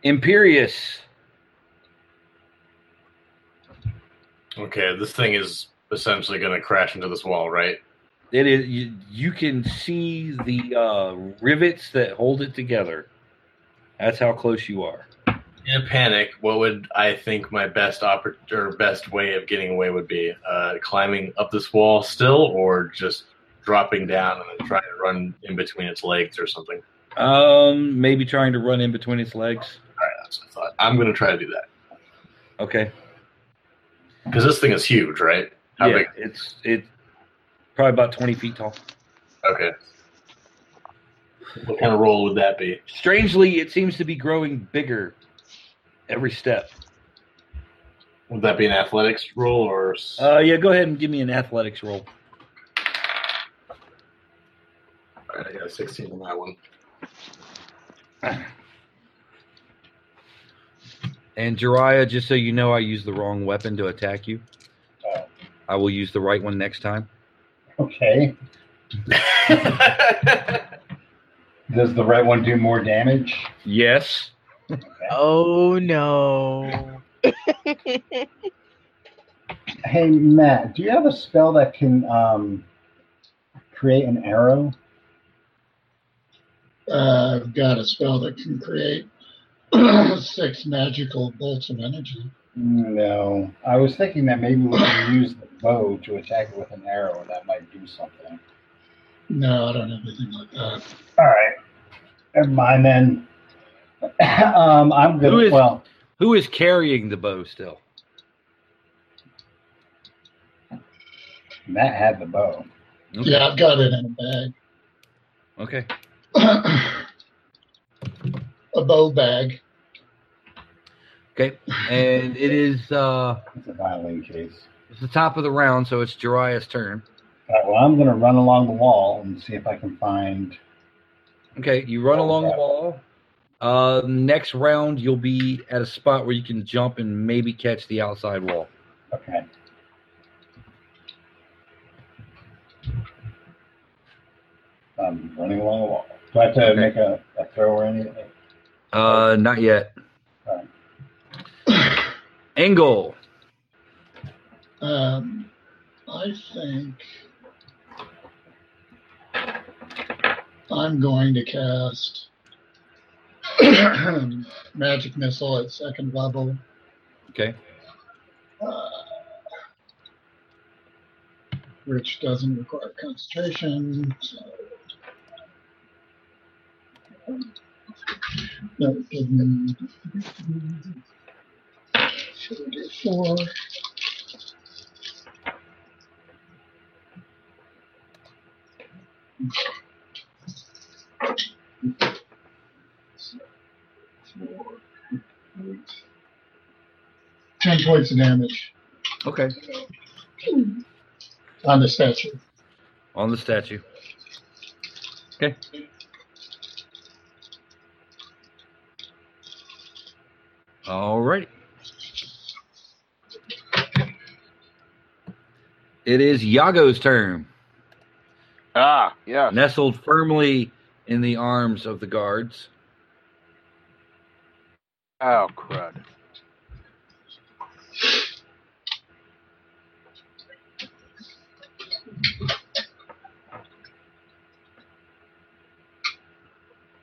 Imperious. Okay, this thing is essentially going to crash into this wall, right? It is you, you can see the uh, rivets that hold it together. That's how close you are. In a panic, what would I think my best oppor- or best way of getting away would be? Uh, climbing up this wall still, or just dropping down and then trying to run in between its legs or something? Um, maybe trying to run in between its legs. All right, that's what I thought. I'm going to try to do that Okay. because this thing is huge, right? How yeah, big? it's it probably about twenty feet tall. Okay. What kind of roll would that be? Strangely, it seems to be growing bigger every step. Would that be an athletics roll or? s- Uh, yeah, go ahead and give me an athletics roll. All right, I got a 16 on that one. And Jiraiya, just so you know, I used the wrong weapon to attack you. Oh. I will use the right one next time. Okay. Does the right one do more damage? Yes. Oh no. Hey Matt, do you have a spell that can um, create an arrow? Uh, I've got a spell that can create *clears throat* six magical bolts of energy. No, I was thinking that maybe we could use the bow to attack it with an arrow, and that might do something. No, I don't have anything like that. All right, never mind then. *coughs* um, I'm Who good. is- Well, Who is carrying the bow still? Matt had the bow. Okay. Yeah, I've got it in a Okay. bag. *clears throat* a bow bag. *clears throat* Okay. And it is uh It's a violin case. it's the top of the round, so it's Jiraiya's turn. All right, well, I'm going to run along the wall and see if I can find. Okay, you run along the wall. Uh, next round, you'll be at a spot where you can jump and maybe catch the outside wall. Okay. I'm running along the wall. Do I have to Okay. make a, a throw or anything? Uh, not yet. Alright. Angle. Um, I think I'm going to cast *clears throat* magic missile at second level. Okay. Uh, which doesn't require concentration. So. No, it doesn't. Should I do four? Four, eight. Ten points of damage Okay. on the statue. On the statue. Okay. All right. It is Yago's turn. Ah, yeah. nestled firmly in the arms of the guards. Oh, crud. Yeah,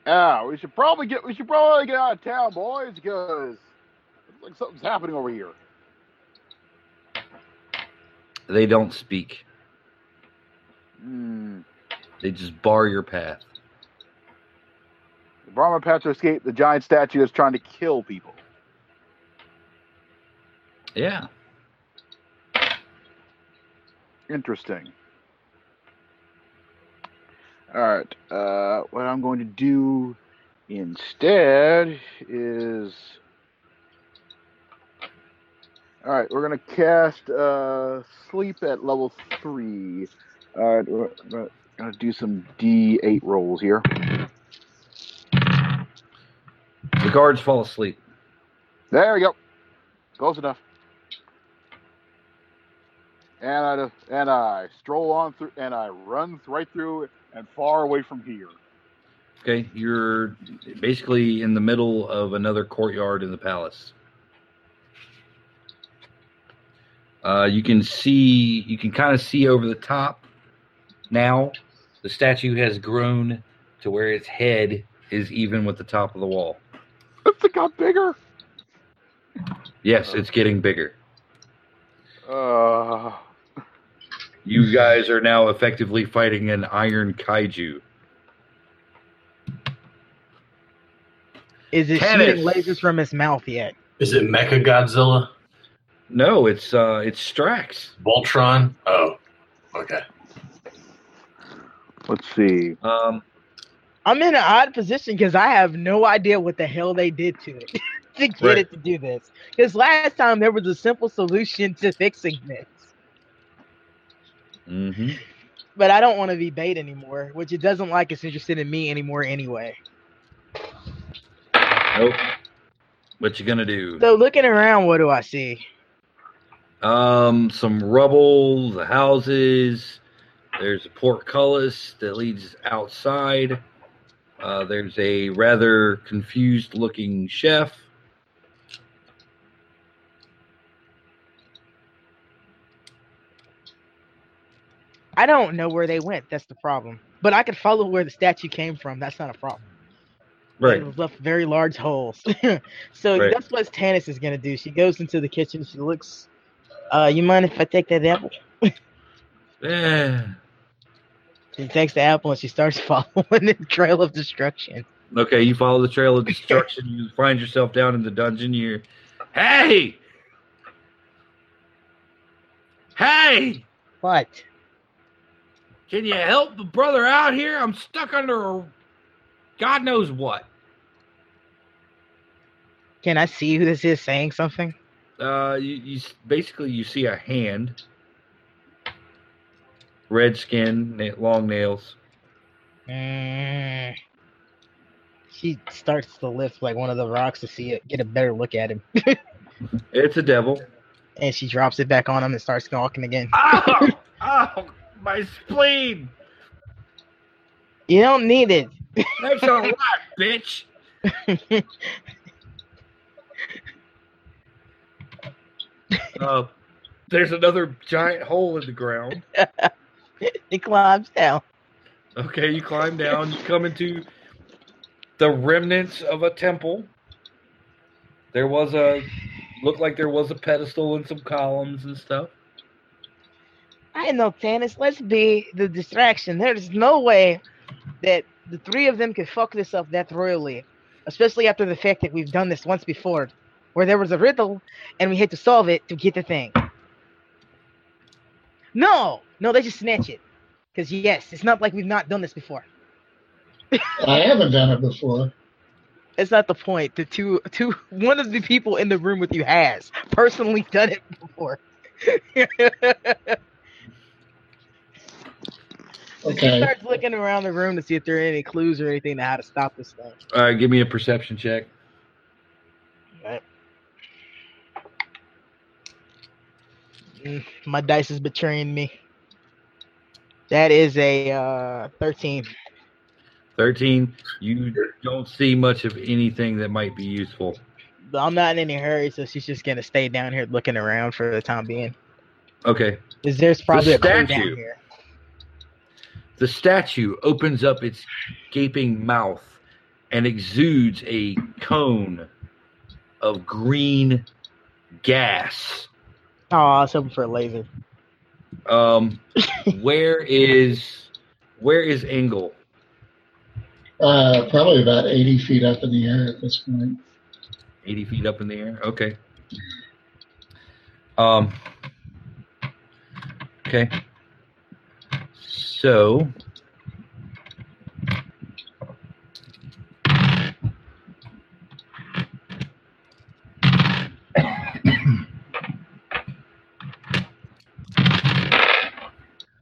Ah, we should probably get we should probably get out of town, boys, because looks like something's happening over here. They don't speak. Hmm. They just bar your path. The Brahma Patra escaped. The giant statue is trying to kill people. Yeah. Interesting. All right. Uh, what I'm going to do instead is. All right, we're going to cast uh, Sleep at level three. All right, we're- we're- Gonna do some D8 rolls here. The guards fall asleep. There we go. Close enough. And I and I stroll on through and I run th- right through and far away from here. Okay, you're basically in the middle of another courtyard in the palace. Uh, you can see, you can kind of see over the top now. The statue has grown to where its head is even with the top of the wall. It's got bigger. Yes, it's getting bigger. Uh, You guys are now effectively fighting an iron kaiju. Is it Tennis. shooting lasers from his mouth yet? *laughs* Is it Mecha Godzilla? No, it's uh, it's Strax. Voltron? Oh, okay. let's see. Um, I'm in an odd position because I have no idea what the hell they did to it *laughs* to get Right. it to do this. Because last time there was a simple solution to fixing this, hmm but I don't want to be bait anymore, which it doesn't like it's interested in me anymore anyway. Nope. What you gonna do? So looking around, what do I see? Um, some rubble, the houses. There's a portcullis that leads outside. Uh, there's a rather confused-looking chef. I don't know where they went. That's the problem. But I could follow where the statue came from. That's not a problem. It was left very large holes. *laughs* so Right. that's what Tanis is gonna do. She goes into the kitchen. She looks. Uh, you mind if I take that apple? Eh. She takes the apple and she starts *laughs* following the trail of destruction. Okay, you follow the trail of destruction. you find yourself down in the dungeon. You're, hey, hey, What? can you help the brother out here? I'm stuck under a, God knows what. Can I see who this is saying something? Uh, you, you s- basically you see a hand, red skin, na- long nails. Mm. She starts to lift like one of the rocks to see it, get a better look at him, It's a devil. and she drops it back on him and starts walking again. *laughs* Oh, oh, my spleen! You don't need it. *laughs* That's a lot, *laughs* bitch. Uh, there's another giant hole in the ground. He climbs down. Okay, you climb down, you come into the remnants of a temple. There was a looked like there was a pedestal and some columns and stuff. I know, Tannis. Let's be the distraction. There's no way that the three of them could fuck this up that royally, especially after the fact that we've done this once before, where there was a riddle and we had to solve it to get the thing. No, no, they just snatch it. Because, yes, it's not like we've not done this before. I haven't done it before. It's not the point. The two, two, *laughs* one of the people in the room with you has personally done it before. *laughs* She Okay. starts looking around the room to see if there are any clues or anything to how to stop this thing. All right, give me a perception check. Mm, My dice is betraying me. That is a uh, 13. 13. You don't see much of anything that might be useful. But I'm not in any hurry, so she's just gonna stay down here looking around for the time being. Okay. 'Cause there's probably a clue down statue. here. The statue opens up its gaping mouth and exudes a cone of green gas. Oh, I was hoping for a laser. Um, where is where is Engel? Uh, probably about 80 feet up in the air at this point. 80 feet up in the air. Okay. Um. Okay. So.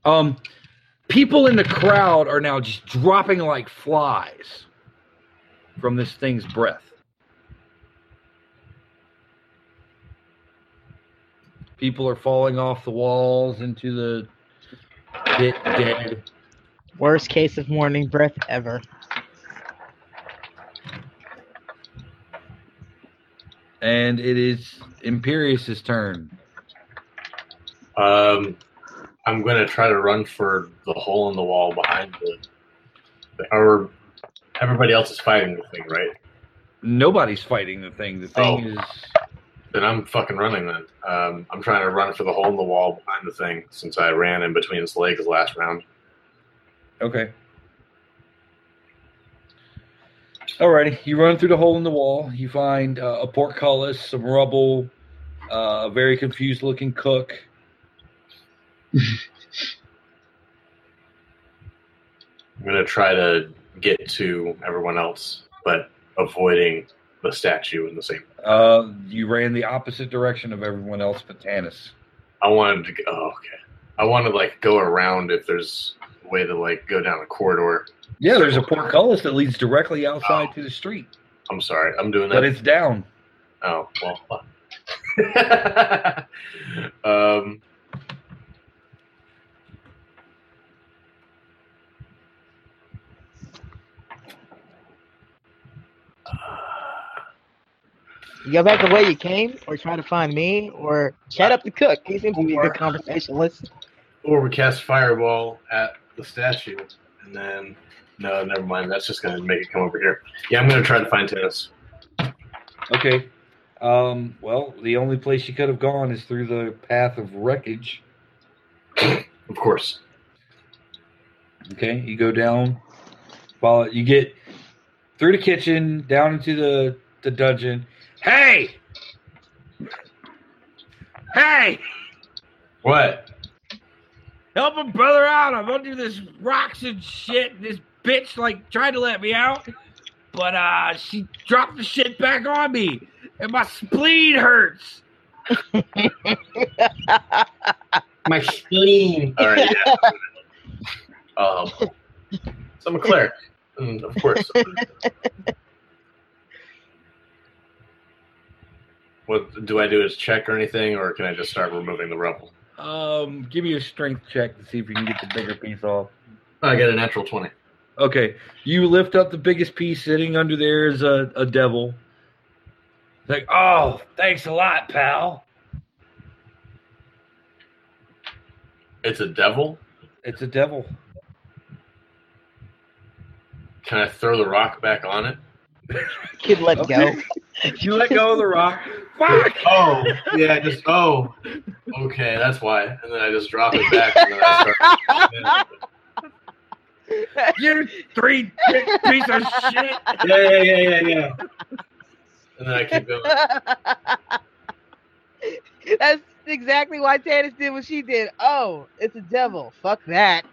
Um, people in the crowd are now just dropping like flies from this thing's breath. People are falling off the walls into the pit dead. Worst case of morning breath ever. And it is Imperious's turn. Um, I'm going to try to run for the hole in the wall behind the. the- Or everybody else is fighting the thing, right? Nobody's fighting the thing. The thing is Then I'm fucking running then. Um, I'm trying to run for the hole in the wall behind the thing since I ran in between its legs last round. Okay. Alrighty, you run through the hole in the wall. You find uh, a portcullis, some rubble, uh, a very confused-looking cook. I'm going to try to get to everyone else, but avoiding the statue in the same. Uh, you ran the opposite direction of everyone else but Tanis. I wanted to. Oh, okay. I want to like go around if there's a way to like go down a corridor. Yeah, there's a portcullis that leads directly outside to the street, I'm sorry, I'm doing but that. it's down. Oh well. fuck. *laughs* um, You go back the way you came, or try to find me, or chat up the cook. He seems to be a good conversationalist. or we cast fireball at the statue, and then no, never mind. That's just gonna make it come over here. Yeah, I'm gonna try to find tennis. Okay. Um, well, the only place you could have gone is through the path of wreckage. Of course. Okay, you go down. Follow. You get through the kitchen, down into the the dungeon. Hey, hey, What? help a brother out! I'm under this rocks and shit. This bitch like tried to let me out, but uh, she dropped the shit back on me, and my spleen hurts. My spleen. All right. Yeah. um, so I'm a cleric, and of course. uh, What do I do? Is check or anything, or can I just start removing the rubble? Um, give me a strength check to see if you can get the bigger piece off. I got a natural twenty. Okay, you lift up the biggest piece. Sitting under there is a, a devil. Like, oh, thanks a lot, pal. It's a devil. It's a devil. Can I throw the rock back on it? Kid, let go. *laughs* You let go of the rock. Fuck! Oh, yeah, just oh. Okay, that's why. And then I just drop it back, and then I start. *laughs* *laughs* Yeah, You three dick piece of shit. yeah, yeah, yeah, yeah. And then I keep going. *laughs* That's exactly why Tannis did what she did. Oh, it's a devil. Fuck that.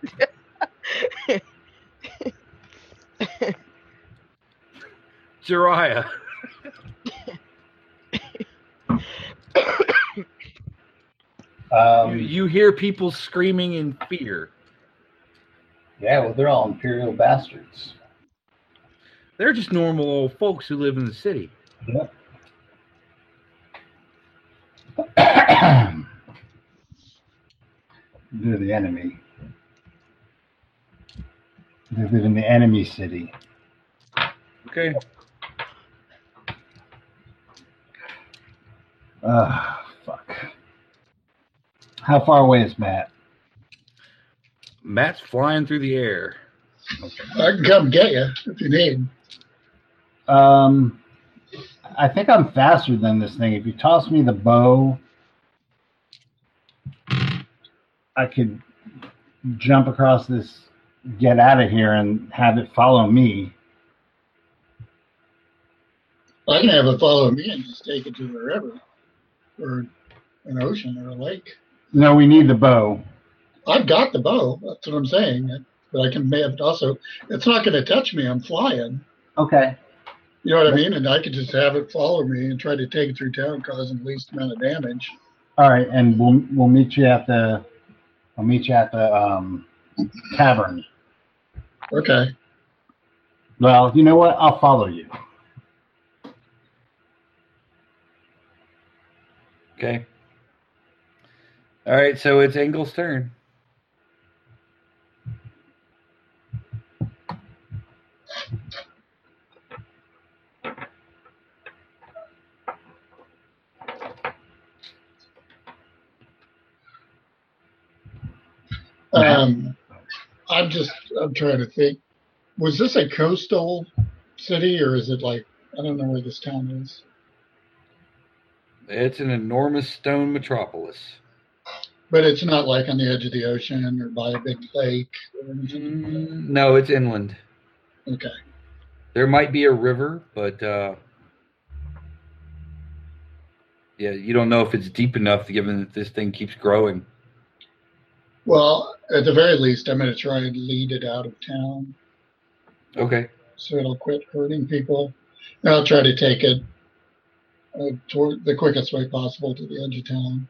Jiraiya. You, Um, you hear people screaming in fear. yeah, well, they're all imperial bastards. They're just normal old folks who live in the city. *coughs* they're the enemy. They live in the enemy city. Okay. Ah, fuck. How far away is Matt? Matt's flying through the air. I can come get you if you need. Um, I think I'm faster than this thing. If you toss me the bow, I could jump across this, get out of here, and have it follow me. I can have it follow me and just take it to a river or an ocean or a lake. No, we need the bow. I've got the bow. That's what I'm saying. But I can may have also. It's not going to touch me. I'm flying. Okay. You know what I mean? And I could just have it follow me and try to take it through town, causing the least amount of damage. All right, and we'll we'll meet you at the we'll meet you at the um tavern. Okay. Well, you know what? I'll follow you. Okay. All right, so it's Engel's turn. Um, I'm just I'm trying to think. Was this a coastal city or is it like I don't know where this town is? It's an enormous stone metropolis. But it's not like on the edge of the ocean or by a big lake or anything. like that. Mm, No, it's inland. Okay. There might be a river, but uh, yeah, you don't know if it's deep enough, given that this thing keeps growing. Well, at the very least, I'm going to try and lead it out of town Okay. so it'll quit hurting people. And I'll try to take it uh, toward the quickest way possible to the edge of town.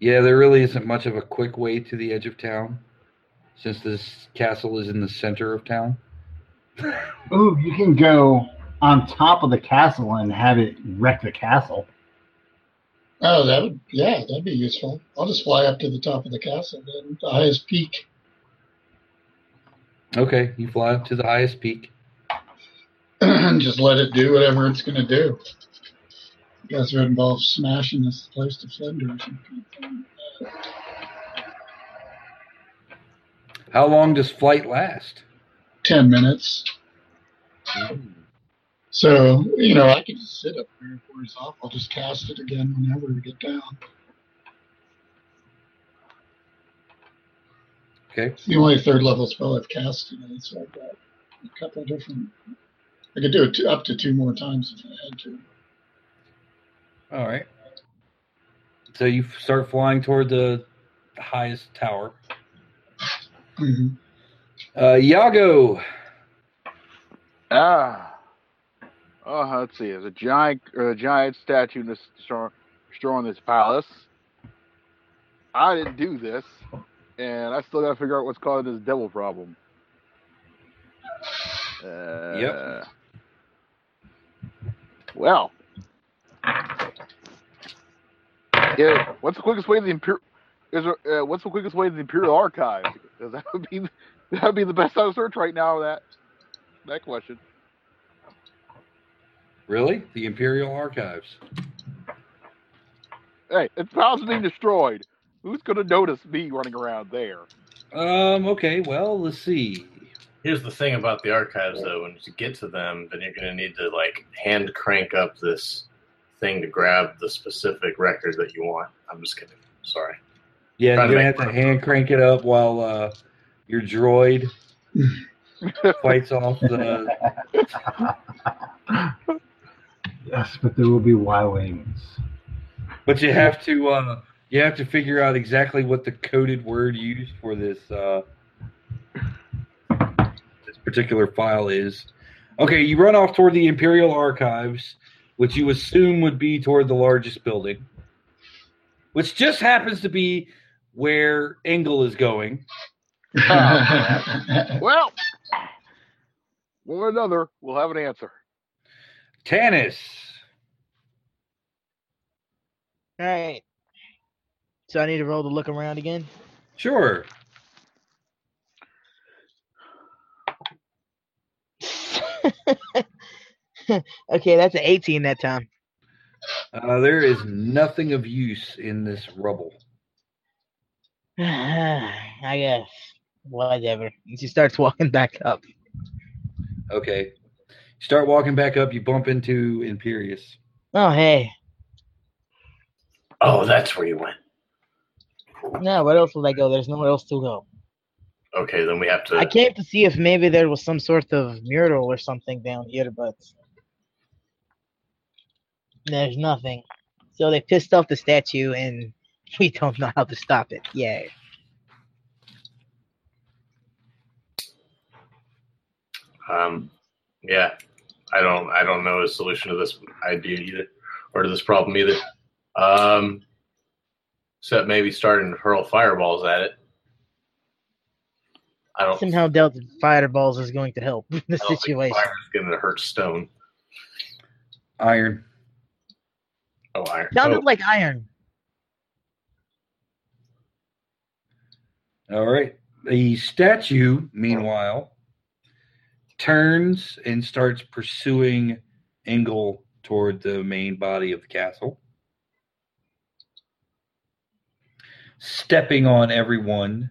Yeah, there really isn't much of a quick way to the edge of town, since this castle is in the center of town. Ooh, you can go on top of the castle and have it wreck the castle. Oh, that would yeah, that'd be useful. I'll just fly up to the top of the castle, then the highest peak. *clears throat* Okay, you fly up to the highest peak. and just let it do whatever it's going to do. Guess it involves smashing this place to flinders. How long does flight last? Ten minutes. So you know, I can just sit up there. If it wears off, I'll just cast it again whenever we get down. Okay. It's the only third level spell I've cast today, so I've got a couple of different. I could do it two, up to two more times if I had to. All right. So you f- start flying toward the highest tower. hmm Uh, Yago. Ah. Oh, let's see. There's a giant, uh, giant statue in this store- storing this palace. I didn't do this, and I still gotta figure out what's causing this devil problem. Uh, Yep. Well. Yeah. What's the quickest way to the imperial? Is there, uh, what's the quickest way to the imperial archive? Because that would be *laughs* that would be the best out of search right now. That that question. Really? The Imperial Archives. Hey, if the house is being destroyed, who's going to notice me running around there? Um, okay, well, let's see. Here's the thing about the archives, though. When you get to them, then you're going to need to like hand crank up this thing to grab the specific record that you want. I'm just kidding. Sorry. Yeah, Trying you're to gonna have make- to hand crank it up while uh, your *laughs* droid fights off the. Yes, but there will be Y wings. But you have to uh, you have to figure out exactly what the coded word used for this uh, this particular file is. Okay, you run off toward the Imperial Archives, which you assume would be toward the largest building, which just happens to be where Engel is going. Well, one or another, we'll have an answer. Tannis. All right. So I need to roll to look around again. *laughs* Sure. okay, that's an 18 that time. *sighs* Uh, there is nothing of use in this rubble. I guess. Whatever. She starts walking back up. Okay. Start walking back up. You bump into Imperius. Oh, hey. Oh, that's where you went. No, where else would I go? There's nowhere else to go. Okay, then we have to. I came to see if maybe there was some sort of mural or something down here, but there's nothing. So they pissed off the statue, and *laughs* we don't know how to stop it. Yay. Um, yeah, I don't. I don't know a solution to this idea either, or to this problem either. Um, except maybe starting to hurl fireballs at it. I don't, Somehow, Delta Fireballs is going to help *laughs* the I don't think situation. fire is going to hurt stone. Iron. Oh, iron. Sounded Oh, like iron. All right. The statue, meanwhile, turns and starts pursuing Engel toward the main body of the castle, stepping on everyone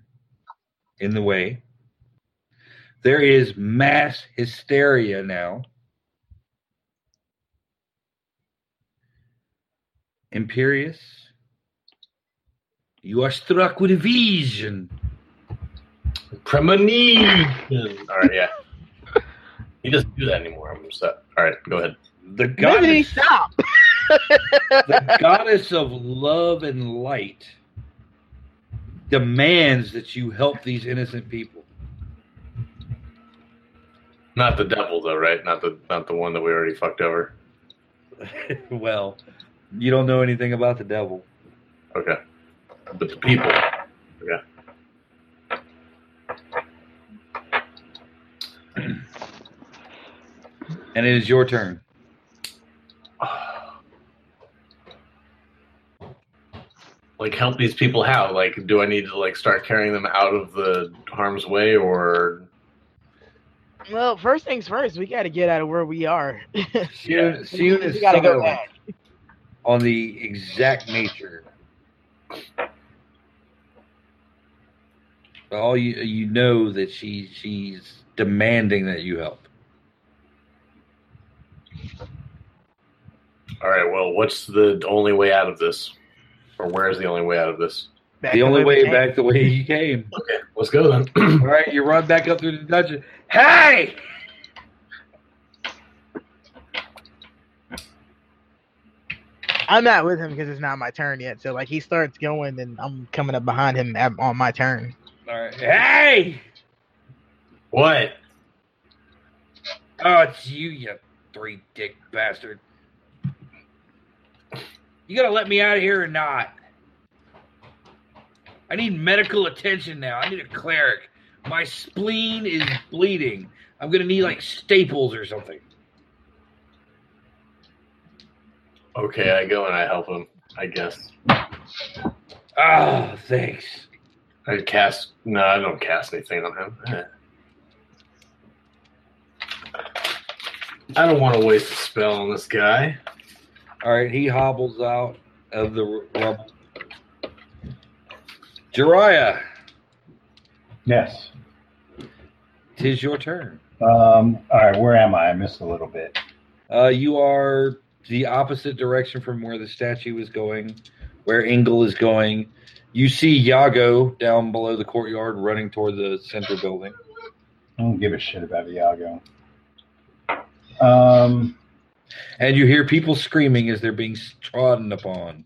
in the way. There is mass hysteria now. Imperious, you are struck with a vision. premonition. All right, yeah. He doesn't do that anymore. I'm upset. All right, go ahead. The Maybe goddess, stop. *laughs* *laughs* the goddess of love and light demands that you help these innocent people. Not the devil though, right? Not the not the one that we already fucked over. well, you don't know anything about the devil. Okay, but the people. Yeah. And it is your *laughs* turn. Like help these people how? Like, do I need to like start carrying them out of the harm's way, or Well, first things first, we got to get out of where *laughs* we are. Soon, soon we as got to go Sutherland back. on the exact nature. All you you know that she she's demanding that you help. all right? Well, what's the only way out of this, or where is the only way out of this? Back the to only where way we came. back the way you came. Okay, let's go then. *clears throat* All right, you run back up through the dungeon. Hey! I'm not with him because it's not my turn yet. So like he starts going, and I'm coming up behind him at, on my turn. All right. Hey! what? Oh, it's you, you three dick bastard. You gotta let me out of here or not. I need medical attention now. I need a cleric. My spleen is bleeding. I'm gonna need like staples or something. Okay, I go and I help him. I guess Oh, thanks. I cast. No, I don't cast anything on him. Eh. I don't want to waste a spell on this guy. All right, he hobbles out of the r- rubble. Jariah, Yes. tis your turn. Um, all right, where am I? I missed a little bit. Uh, you are the opposite direction from where the statue is going, where Engel is going. You see Yago down below the courtyard running toward the center building. I don't give a shit about Iago. Um, And you hear people screaming as they're being trodden upon.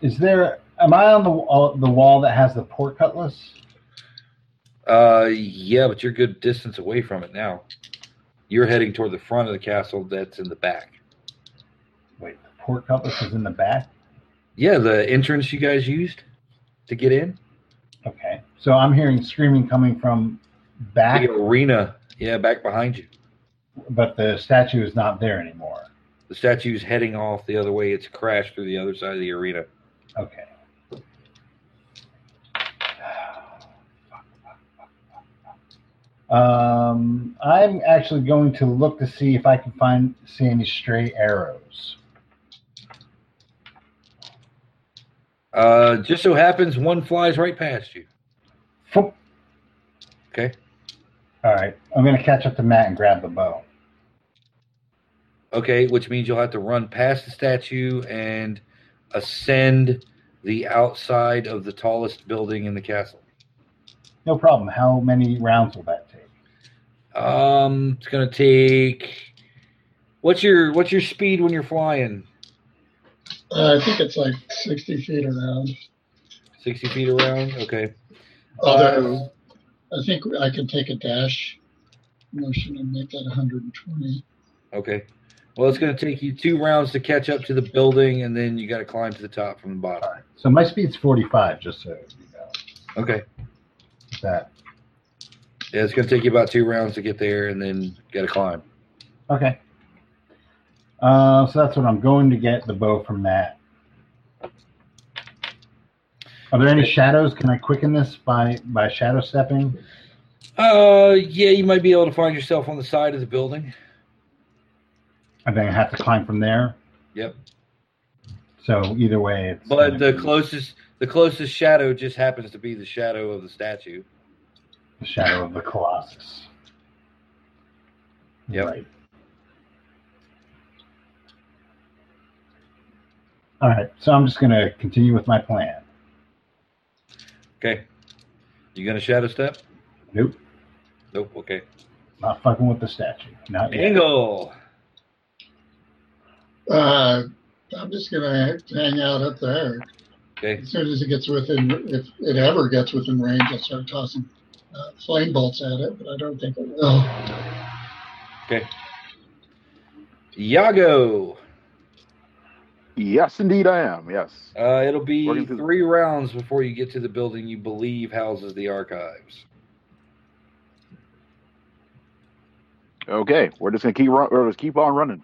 is there? Am I on the uh, the wall that has the portcullis? Uh, yeah, but you're a good distance away from it now. You're heading toward the front of the castle that's in the back. Wait, the portcullis is in the back. Yeah, the entrance you guys used to get in? Okay, so I'm hearing screaming coming from back, The arena. Yeah, back behind you. but the statue is not there anymore. The statue's heading off the other way. It's crashed through the other side of the arena. Okay. Um, I'm actually going to look to see if I can find see any stray arrows. Uh, just so happens one flies right past you. Foop. Okay. All right, I'm gonna catch up to Matt and grab the bow. Okay, which means you'll have to run past the statue and ascend the outside of the tallest building in the castle. No problem. How many rounds will that take? Um, it's gonna take. What's your what's your speed when you're flying? *laughs* Uh, I think it's like 60 feet around. Sixty feet around. Okay. Although Uh, I think I can take a dash motion and make that 120. Okay. Well, it's going to take you two rounds to catch up to the building, and then you got to climb to the top from the bottom. So my speed's 45, just so you know Okay. that. Yeah, it's going to take you about two rounds to get there, and then got to climb. Okay. Uh, so that's what I'm going to get the bow from that. Are there any shadows? Can I quicken this by by shadow stepping? Uh, yeah, you might be able to find yourself on the side of the building. And then I have to climb from there. Yep. So either way, it's But the Mm-hmm. closest, the closest shadow just happens to be the shadow of the statue. the shadow of the colossus. Yep. Right. All right. So I'm just going to continue with my plan. Okay. You going to shadow step? Nope. Nope. Okay. Not fucking with the statue. Not yet. Angle. Uh, I'm just gonna hang out up there. Okay. As soon as it gets within, if it ever gets within range, I'll start tossing uh, flame bolts at it, but I don't think it will. Yago. Yes, indeed, I am. Yes. Uh, it'll be Working through the- three rounds before you get to the building you believe houses the archives. Okay, we're just gonna keep run. We're just keep on running.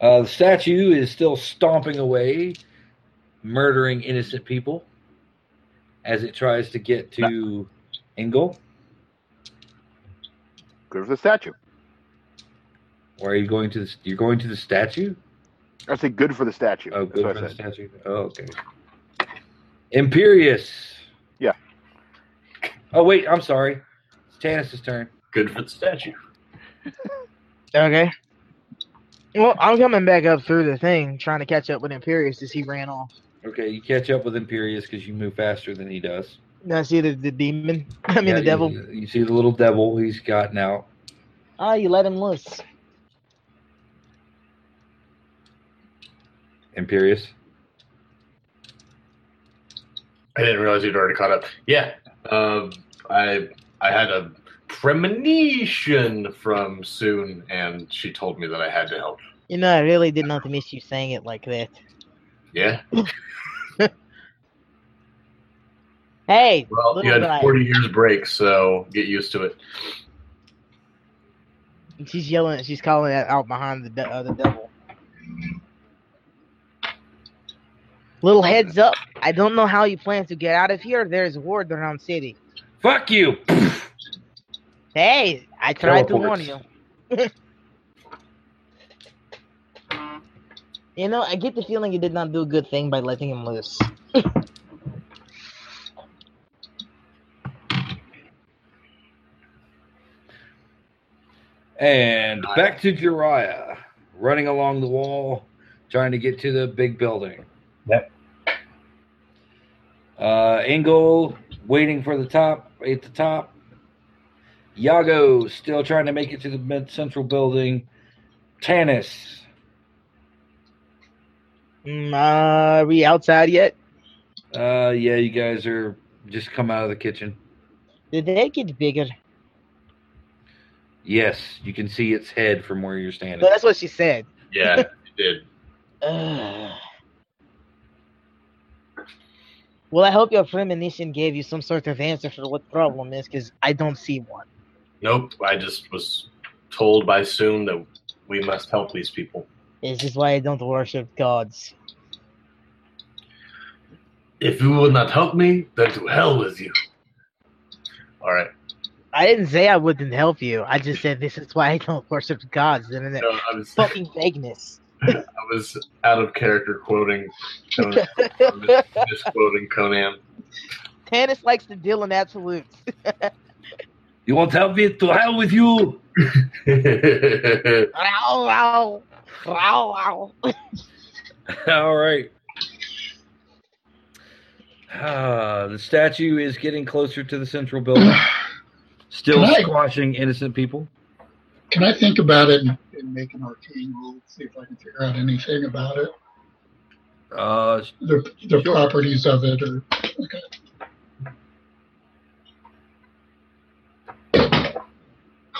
Uh, the statue is still stomping away, murdering innocent people as it tries to get to Engel. Good for the statue. Or are you going to the, you're going to the statue? I say good for the statue. Oh, good That's for what I the said. statue. Oh, okay. Imperious. Yeah. Oh wait, I'm sorry. It's Tannis' turn. Good for the statue. Okay. Well, I'm coming back up through the thing, trying to catch up with Imperius as he ran off. Okay, you catch up with Imperious because you move faster than he does. And I see the, the demon. *laughs* I mean Yeah, the you- devil. You, see the little devil he's gotten out. Ah, you let him loose. Imperious. I didn't realize you'd already caught up. Yeah, um, I I had a premonition from Soon, and she told me that I had to help. You know, I really did not miss you saying it like that. Yeah. Hey, Well, you Little had guy. forty years break, so get used to it. she's yelling. She's calling that out behind the de- uh, the devil. Little heads up. I don't know how you plan to get out of here. There's war around city. Fuck you. Hey, I tried to warn you. *laughs* Teleports. You know, I get the feeling you did not do a good thing by letting him loose. And back to Jiraiya, running along the wall, trying to get to the big building. Yep. Uh, Engel waiting for the top at the top. Yago still trying to make it to the mid central building. Tannis. Mm, uh, are we outside yet? Uh, yeah, you guys are just come out of the kitchen. Did they get bigger? Yes, you can see its head from where you're standing. No, that's what she said. *sighs* Yeah, *laughs* it did. Ugh. Well, I hope your premonition gave you some sort of answer for what the problem is, because I don't see one. Nope. I just was told by Soon that we must help these people. This is why I don't worship gods. If you will not help me, then to hell with you. All right. I didn't say I wouldn't help you. I just said this is why I don't worship gods. And then No, I was I fucking vagueness. was out of character quoting Conan, mis- misquoting Conan. *laughs* Tannis likes to deal in absolutes. You want help me to hell with you? Row, row, row, row. *laughs* All right. Ah, the statue is getting closer to the central *sighs* building, still Can I- squashing innocent people. Can I think about it and, and make an arcane roll, see if I can figure out anything about it, *laughs* Uh, the, the Sure. properties of it, or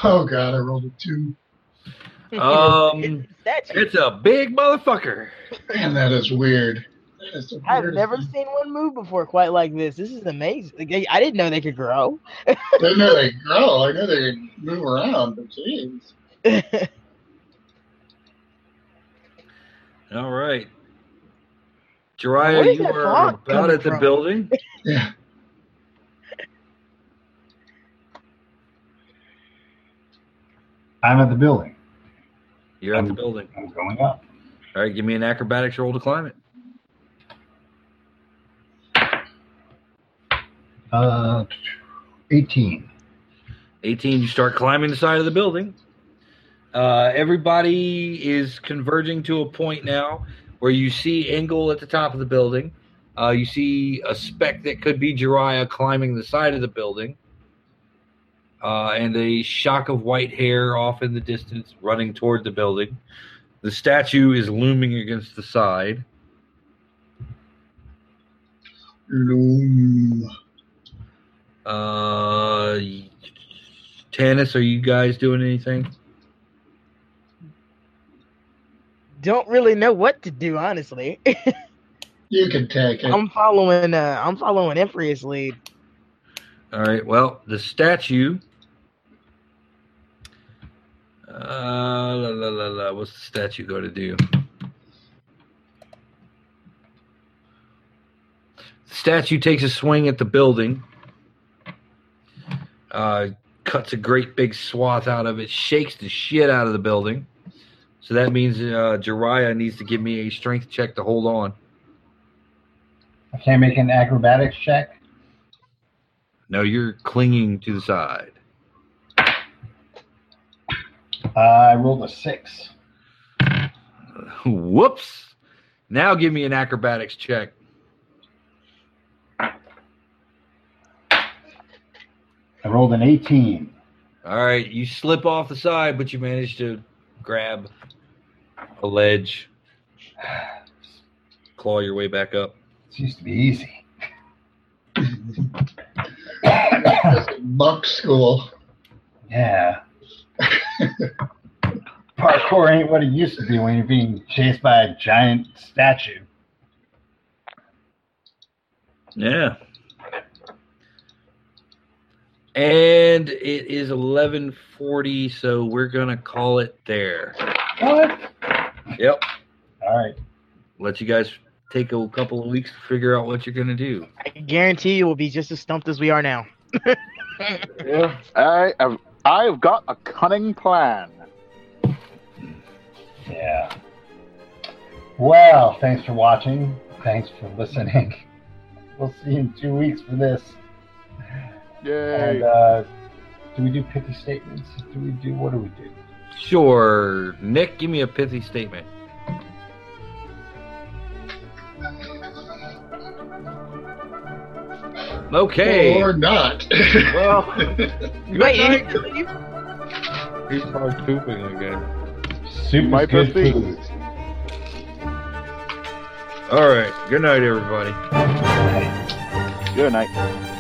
oh god, I rolled a two. Um, That's it's a big motherfucker. Man, that is weird. That is the I've weirdest never thing. seen one move before quite like this. This is amazing. Like, I- I didn't know they could grow. *laughs* I know they grow. I know they move around, but jeez. All right. Where Jiraiya, is you that are font about coming at the from? building. Yeah. I'm at the building. You're Um, at the building. I'm going up. All right, give me an acrobatics roll to climb it. Uh, 18. 18, you start climbing the side of the building. Uh, everybody is converging to a point now where you see Engel at the top of the building. Uh, you see a speck that could be Jiraiya climbing the side of the building. Uh, and a shock of white hair off in the distance running toward the building. The statue is looming against the side. Loom. Uh, Tannis, are you guys doing anything? Don't really know what to do, honestly. *laughs* You can take it. I'm following. Uh, I'm following Empress lead. All right. Well, the statue. Uh, la, la, la, la. What's the statue going to do? The statue takes a swing at the building, uh, cuts a great big swath out of it, shakes the shit out of the building. So that means uh, Jiraiya needs to give me a strength check to hold on. I can't make an acrobatics check. No, you're clinging to the side. Uh, I rolled a six. Whoops. Now give me an acrobatics check. I rolled an 18. All right, you slip off the side, but you manage to grab a ledge, *sighs* claw your way back up. This used to be easy. That's a Monk school. yeah. Parkour ain't what it used to be when you're being chased by a giant statue. Yeah. And it is 11:40, so we're going to call it there. What? Yep. All right. Let you guys take a couple of weeks to figure out what you're going to do. I guarantee you will be just as stumped as we are now. Yeah. I have I've got a cunning plan. Yeah. Well, thanks for watching. Thanks for listening. *laughs* We'll see you in two weeks for this. Yay. And uh, do we do pithy statements? Do we do what do we do? Sure. Nick, give me a pithy statement. Okay. Or not. well, *laughs* Good Wait, night. you- He's probably pooping again. Super My good pithy? food. All right. Good night, everybody. good night. Hey.